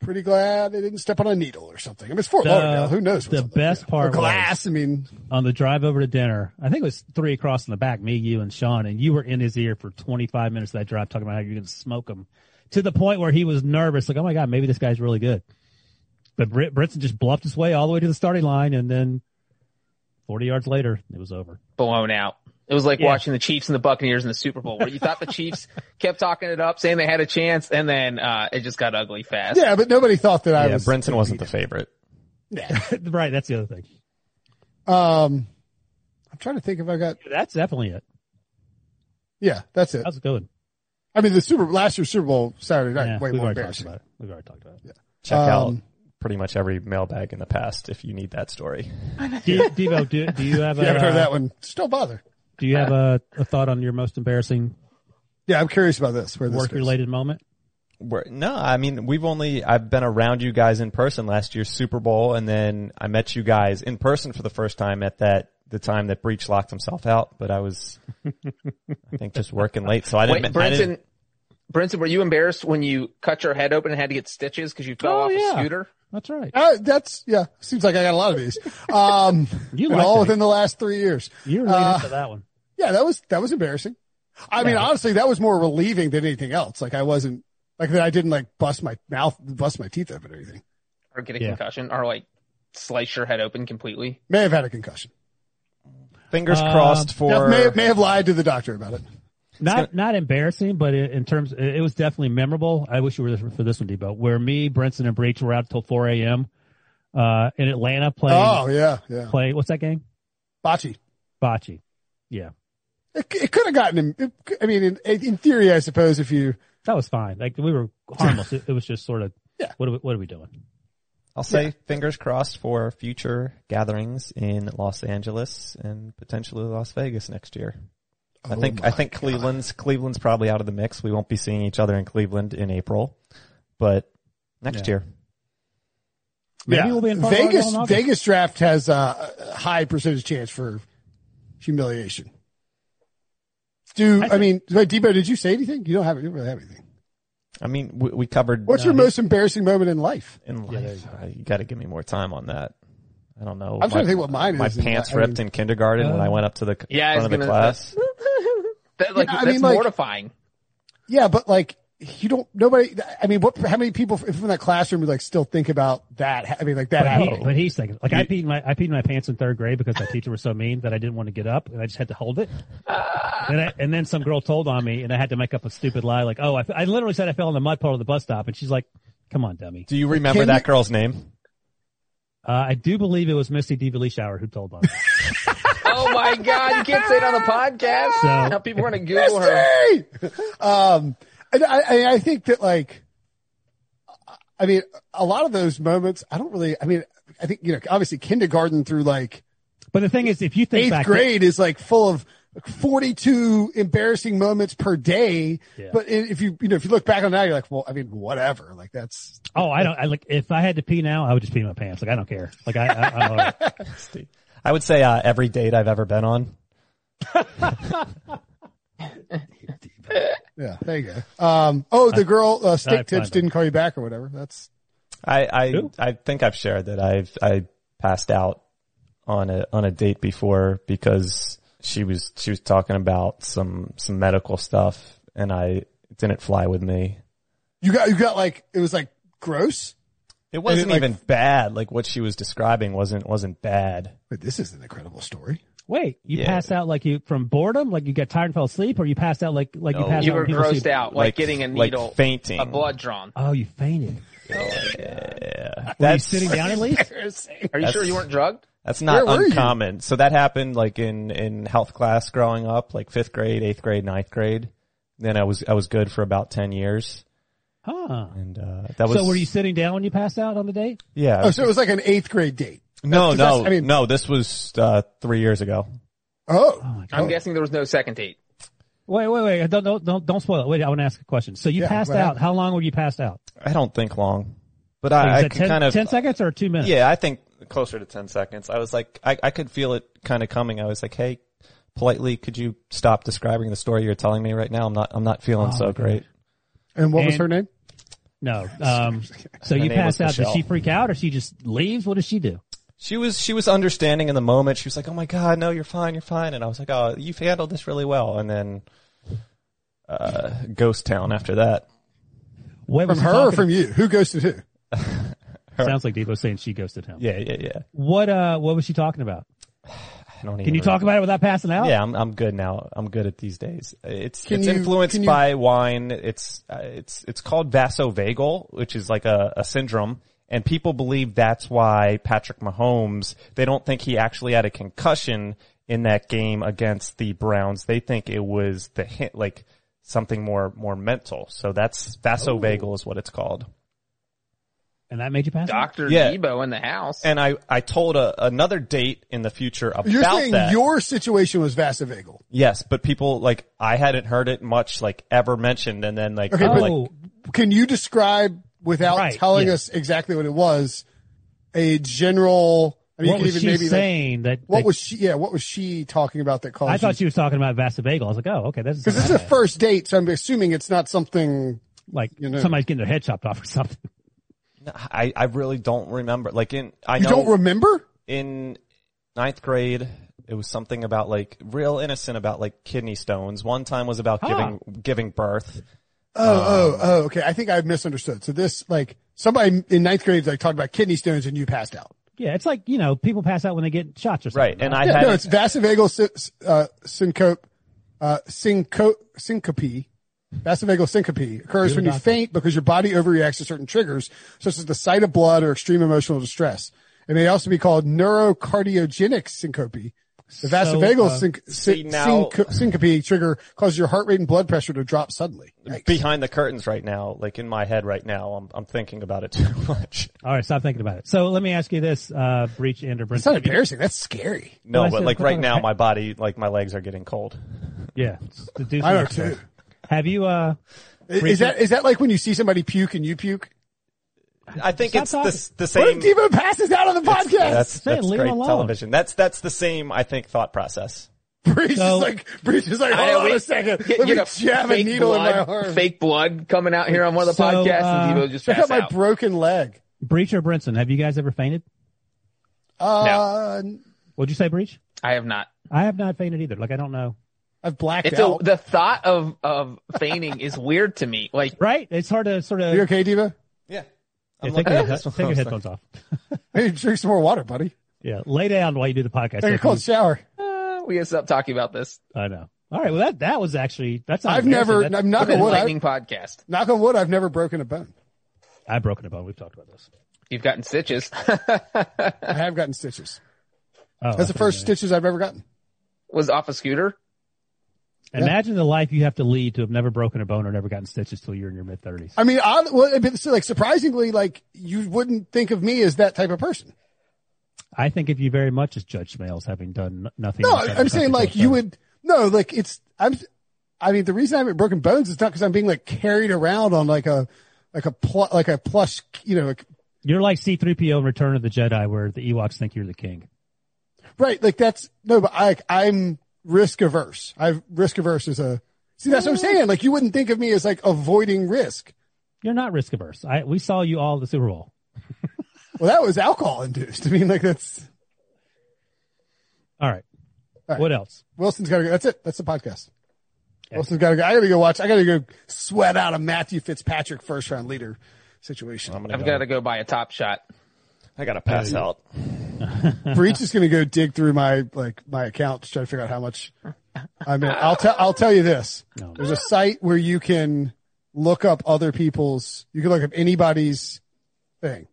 S1: pretty glad I didn't step on a needle or something. I mean, it's Fort
S2: The-
S1: Lauderdale. Who knows?
S2: the
S1: what's up there,
S2: best
S1: you know?
S2: part
S1: Or glass. I mean,
S2: on the drive over to dinner, I think it was three across in the back, me, you, and Sean, and you were in his ear for 25 minutes of that drive talking about how you're going to smoke him to the point where he was nervous, like, oh my God, maybe this guy's really good. But Brit, Britson just bluffed his way all the way to the starting line, and then 40 yards later, it was over. [LAUGHS]
S3: blown out. It was like
S2: Yeah.
S3: watching the Chiefs and the Buccaneers in the Super Bowl, where
S2: [LAUGHS]
S3: you thought the Chiefs kept talking it up, saying they had a chance, and then uh, it just got ugly fast.
S1: yeah, but nobody thought that I
S4: Yeah,
S1: was.
S4: Brinson wasn't the favorite.
S2: right, that's the other thing.
S1: Um, I'm trying to think if I got,
S2: That's definitely it.
S1: yeah, that's it.
S2: How's it going?
S1: I mean, the Super last year's Super Bowl Saturday night
S2: Yeah,
S1: way
S2: we've
S1: more
S2: already talked
S1: embarrassing.
S2: about it. We've already talked about it.
S4: Check out
S1: Um,
S4: pretty much every mailbag in the past if you need that story.
S2: De- Devo, do, do
S1: [LAUGHS]
S2: you have
S1: You haven't
S2: a,
S1: heard that one. Still bother.
S2: do you have a, a thought on your most embarrassing
S1: Yeah, I'm curious about this. Where this
S2: work
S1: goes.
S2: related moment?
S4: We're, no, I mean we've only I've been around you guys in person last year's Super Bowl, and then I met you guys in person for the first time at that the time that Breach locked himself out. But I was, I think, just working late, so I
S3: Wait,
S4: didn't. I didn't-
S3: Brinson, Brinson, were you embarrassed when you cut your head open and had to get stitches because you fell
S2: Oh,
S3: off
S2: yeah.
S3: a scooter?
S2: That's right.
S1: Uh, that's yeah. Seems like I got a lot of these. Um,
S2: [LAUGHS] You
S1: and
S2: like
S1: all
S2: that.
S1: within the last three years.
S2: You're leaning
S1: Uh,
S2: into that one.
S1: yeah, that was that was embarrassing. I mean, honestly, that was more relieving than anything else. Like I wasn't like that. I didn't like bust my mouth, bust my teeth open or anything.
S3: Or get a
S2: Yeah.
S3: concussion? Or like slice your head open completely?
S1: May have had a concussion.
S4: fingers
S2: Um,
S4: crossed for.
S1: Yeah, may may have lied to the doctor about it.
S2: Not not embarrassing, but in in terms, it was definitely memorable. I wish you were there for this one, Debo, where me, Brinson, and Breach were out till 4 a.m. Uh, in Atlanta playing,
S1: Oh yeah, yeah.
S2: play, what's that game?
S1: Bocce.
S2: Bocce. Yeah.
S1: It, it could have gotten him. It, I mean, in, in theory, I suppose if you
S2: That was fine. Like we were harmless. it, it was just sort of,
S1: [LAUGHS] Yeah.
S2: what are we, what are we doing?
S4: I'll say fingers crossed for future gatherings in Los Angeles and potentially Las Vegas next year. I
S1: Oh
S4: think
S1: my
S4: I think Cleveland's Cleveland's probably out of the mix. We won't be seeing each other in Cleveland in April, but
S2: Yeah.
S4: next year.
S2: Maybe
S1: yeah.
S2: we'll be in Colorado
S1: Vegas.
S2: in August.
S1: Vegas draft has uh, a high percentage chance for humiliation. Do I,
S2: I think-
S1: mean? Wait, Debo, did you say anything? You don't have. You don't really have anything.
S4: I mean, we, we covered. uh,
S1: What's your most embarrassing moment in life?
S4: in life? Uh, you got to give me more time on that. I don't know.
S1: I'm trying to think what mine
S4: My
S1: is.
S4: pants
S1: I mean-
S4: ripped in kindergarten when I went up to the
S3: Yeah, I
S4: front
S3: was
S4: of the
S3: gonna-
S4: class.
S3: That, like,
S1: Yeah, I
S3: that's
S1: mean, like-
S3: mortifying.
S1: Yeah, but like you don't nobody. I mean, what? How many people from that classroom would like still think about that? I mean, like that.
S2: But, he,
S1: happening?
S2: but he's thinking, like I peed my I peed my pants in third grade because my teacher was so mean that I didn't want to get up and I just had
S1: [LAUGHS]
S2: to hold it. and, I, and then some girl told on me and I had to make up a stupid lie like, oh, I, I literally said I fell in the mud puddle at the bus stop, and she's like, come on, dummy.
S4: Do you remember
S1: Can
S4: that
S1: you-
S4: girl's name?
S2: Uh, I do believe it was Misty DeVille Shower who told on me.
S3: Oh my God, you can't say it on the podcast.
S2: [LAUGHS] So-
S3: now people are going to
S2: [LAUGHS]
S3: Google her.
S1: Hey! um, and I, I, I think that like, I mean, a lot of those moments, I don't really, I mean, I think, you know, obviously kindergarten through like
S2: But the thing is, if you think
S1: eighth
S2: back,
S1: grade is like full of 42 embarrassing moments per day.
S2: Yeah.
S1: But i- if you, you know, if you look back on that, you're like, well, I mean, whatever. Like that's,
S2: oh, I don't. I like if I had to pee now, I would just pee my pants. Like I don't care. Like I, I, I'm all right. [LAUGHS]
S4: I would say uh, every date I've ever been on.
S1: yeah, there you go. Um, oh, the girl, uh,
S2: I
S1: stick
S2: find
S1: tips
S2: them.
S1: didn't call you back or whatever. That's,
S4: I I,
S2: Who?
S4: I think I've shared that I've I passed out on a on a date before because she was she was talking about some some medical stuff and I it didn't fly with me.
S1: you got, you got like, it was like gross.
S4: It wasn't
S1: like-
S4: even bad. Like what she was describing wasn't wasn't bad.
S1: But this is an incredible story.
S2: Wait, you
S4: Yeah.
S2: passed out like you from boredom, like you got tired and fell asleep, or you passed out like like you
S4: No,
S2: passed
S4: you
S2: out.
S3: You were
S2: when people
S3: grossed
S2: sleep?
S3: out, like, getting a
S4: like
S3: needle,
S4: fainting.
S3: a blood drawn.
S2: Oh, you fainted. Were you
S4: That's
S2: sitting down at [LAUGHS] least?
S3: Are you sure you weren't drugged?
S4: that's not
S1: Where were you?
S4: uncommon. So that happened like in in health class growing up, like fifth grade, eighth grade, ninth grade. Then I was I was good for about ten years,
S2: Huh.
S4: and uh, that was.
S2: so were you sitting down when you passed out on the date?
S4: Yeah.
S1: Oh, so it was like an eighth grade date. that's-
S4: no,
S1: 'cause
S4: no,
S1: that's- I mean-
S4: no. This was uh, three years ago.
S1: Oh,
S3: I'm guessing there was no second date.
S2: Wait, wait, wait. Don't don't don't, don't spoil it. Wait, I want to ask a question. So you
S1: Yeah,
S2: passed
S1: what
S2: out.
S1: happened?
S2: How long were you passed out?
S4: I don't think long, but
S2: Like,
S4: I,
S2: is
S4: I
S2: that
S4: could
S2: 10,
S4: kind of
S2: 10 seconds or two minutes?
S4: Yeah, I think closer to 10 seconds. I was like, I, I could feel it kind of coming. I was like, hey, politely, could you stop describing the story you're telling me right now? I'm not, I'm not feeling
S2: Oh,
S4: so great.
S1: and what was
S2: And-
S1: her name?
S2: [LAUGHS] No. Um. So
S4: Her
S2: you
S4: name
S2: passed out.
S4: was
S2: Does she
S4: Michelle.
S2: freak out or she just leaves? What does she do?
S4: She was, she was understanding in the moment. She was like, oh my God, no, you're fine. You're fine. And I was like, oh, you've handled this really well. And then, uh, ghost town after that.
S2: What
S1: From
S2: was he
S1: her or
S2: talking-
S1: from you? Who ghosted who?
S2: Sounds like Devo's saying she ghosted him.
S4: Yeah. Yeah. Yeah.
S2: What uh? What was she talking about?
S4: I don't
S2: Can
S4: even
S2: you talk about it without passing out?
S4: Yeah, I'm I'm good now. I'm good at these days. It's
S1: Oh. Can
S4: it's
S1: you-
S4: influenced
S1: can you-
S4: by wine. It's uh, it's it's called vasovagal, which is like a, a syndrome, and people believe that's why Patrick Mahomes. They don't think he actually had a concussion in that game against the Browns. They think it was the hit, like something more more mental. So that's vasovagal
S1: Oh.
S4: is what it's called.
S2: And that made you pass out.
S3: Dr.
S4: Yeah.
S3: Debo in the house.
S4: And I I told a, another date in the future about
S1: You're saying
S4: that.
S1: your situation was vasovagal.
S4: Yes, but people like I hadn't heard it much like ever mentioned, and then like
S1: Okay,
S4: I'm
S1: but-
S4: like,
S2: Oh,
S1: Can you describe without
S2: Right,
S1: telling
S2: yeah.
S1: us exactly what it was? A general. I mean,
S2: what
S1: you
S2: was
S1: can
S2: she
S1: even maybe like,
S2: saying that?
S1: what
S2: that-
S1: was she? Yeah, what was she talking about that caused?
S2: I thought she was talking about Vasovagal. I was like, oh, okay, that's
S1: because
S2: [LAUGHS]
S1: this is a first date, so I'm assuming it's not something.
S2: like
S1: you know.
S2: somebody's getting their head chopped off or something. [LAUGHS]
S4: I I really don't remember. Like in I
S1: You
S4: know
S1: don't remember?
S4: in ninth grade it was something about like real innocent about like kidney stones. One time was about giving giving birth.
S2: Uh,
S1: Oh, oh, oh. Okay, I think I misunderstood. So this, like, somebody in ninth grade like talked about kidney stones, and you passed out.
S2: Yeah, it's like you know, people pass out when they get shots or something.
S4: Right, and I
S1: Yeah,
S4: had
S1: no, it's vasovagal sy- uh, syncope, uh, synco- syncope. Vasovagal syncope occurs when you faint because your body overreacts to certain triggers, such as the sight of blood or extreme emotional distress. It may also be called neurocardiogenic syncope. The vasovagal
S2: uh,
S1: sync-
S4: see,
S1: syn-
S4: now-
S1: synco- syncope trigger causes your heart rate and blood pressure to drop suddenly. Yikes.
S4: behind the curtains right now. Like in my head right now, I'm I'm thinking about it [LAUGHS] too much.
S2: All right, stop thinking about it. So let me ask you this, uh, Breach and or
S1: It's not
S2: Brinson.
S1: embarrassing. That's scary.
S4: No,
S2: Well, I
S4: but
S2: said,
S4: like
S2: what
S4: right
S2: the
S4: now,
S2: heck?
S4: my body, like my legs are getting cold.
S2: Yeah, to do some
S1: I know
S2: exercise.
S1: too.
S2: Have you? Uh,
S1: Is that is that like when you see somebody puke and you puke?
S4: I think
S2: Stop
S4: it's the,
S2: talking.
S4: s- the
S1: What if
S4: same.
S1: Devo passes out on the podcast?
S4: That's,
S2: Say it,
S4: that's
S2: leave him
S4: great
S2: alone.
S4: television. That's that's the same. I think thought process.
S1: Breach
S2: So-
S1: is like, Breach is like,
S3: I
S1: hold on
S3: wait-
S1: a second.
S3: Get-
S1: Let
S3: get
S1: me
S3: a
S1: jab a
S3: fake
S1: needle
S3: blood,
S1: in my arm.
S3: Fake blood coming out here on one of the
S2: So,
S3: podcasts, and
S2: uh,
S3: Devo just
S1: Check
S3: pass
S1: out my
S3: out.
S1: broken leg.
S2: Breach or Brinson? Have you guys ever fainted?
S1: Uh,
S2: Would you say Breach?
S3: I have not.
S2: I have not fainted either. Like I don't know.
S1: I've blacked
S3: It's a,
S1: out.
S3: the thought of, of feigning is weird to me.
S1: [LAUGHS]
S3: Like,
S2: Right? It's hard to sort of
S1: you okay, Diva?
S4: Yeah.
S2: Yeah,
S4: I'm
S2: take,
S4: looking
S2: your,
S4: at this
S1: [LAUGHS]
S2: take
S4: one.
S2: your headphones off.
S1: Hey, drink some more water, buddy.
S2: Yeah, lay down while you do the podcast.
S1: Take a cold shower.
S3: uh, we gotta stop talking about this.
S2: I know. All right. Well, that that was actually that's not.
S1: I've
S2: embarrassing.
S1: never,
S2: That's-
S1: I'm knock
S3: An
S1: on wood, I,
S3: enlightening podcast.
S1: knock on wood, I've never broken a bone.
S2: I've broken a bone. We've talked about this.
S3: You've gotten stitches. [LAUGHS]
S1: I have gotten stitches.
S2: Oh,
S1: That's the first
S2: okay.
S1: stitches I've ever gotten.
S3: Was off a scooter.
S2: Imagine the life you have to lead to have never broken a bone or never gotten stitches till you're in your mid thirties.
S1: I mean, odd, well, it'd be- so, like surprisingly, like you wouldn't think of me as that type of person.
S2: I think of you very much as Judge Smales, having done n- nothing.
S1: No,
S2: but
S1: I'm saying like you would. No, like it's. I'm. I mean, the reason I haven't broken bones is not because I'm being like carried around on like a, like a pl- like a plush. You know, like,
S2: You're like C-3PO in Return of the Jedi, where the Ewoks think you're the king.
S1: right? Like that's no, but I I'm risk averse. I risk averse is a. See, that's what I'm saying. Like you wouldn't think of me as like avoiding risk.
S2: You're not risk averse. I we saw you all at the Super Bowl.
S1: Well, that was alcohol induced. [LAUGHS] I mean, like that's
S2: All right.
S1: All right.
S2: What else?
S1: Wilson's got to go. That's it. That's the podcast. Wilson's got to go. I got to go watch. I got to go sweat out a Matthew Fitzpatrick first round leader situation.
S4: I'm
S3: I've
S4: gonna
S3: got
S4: go.
S3: to go buy a top shot.
S4: I gotta pass out.
S1: Breach is going to go dig through my like my account to try to figure out how much I'm in. I'll tell I'll tell you this.
S2: No.
S1: There's a site where you can look up other people's. You can look up anybody's thing,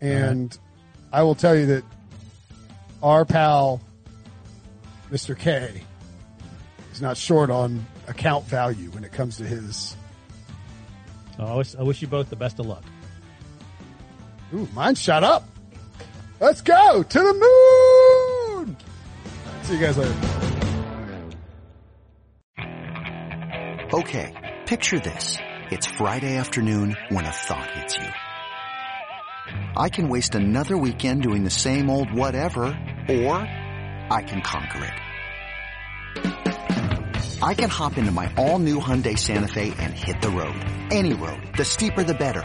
S1: and I will tell you that our pal, Mister K, is not short on account value when it comes to his.
S2: Oh, I wish I wish you both the best of luck.
S1: Ooh, mine shot up. Let's go to the moon. See you guys later.
S6: Okay, picture this. It's Friday afternoon when a thought hits you. I can waste another weekend doing the same old whatever, or I can conquer it. I can hop into my all-new Hyundai Santa Fe and hit the road. Any road. The steeper the better.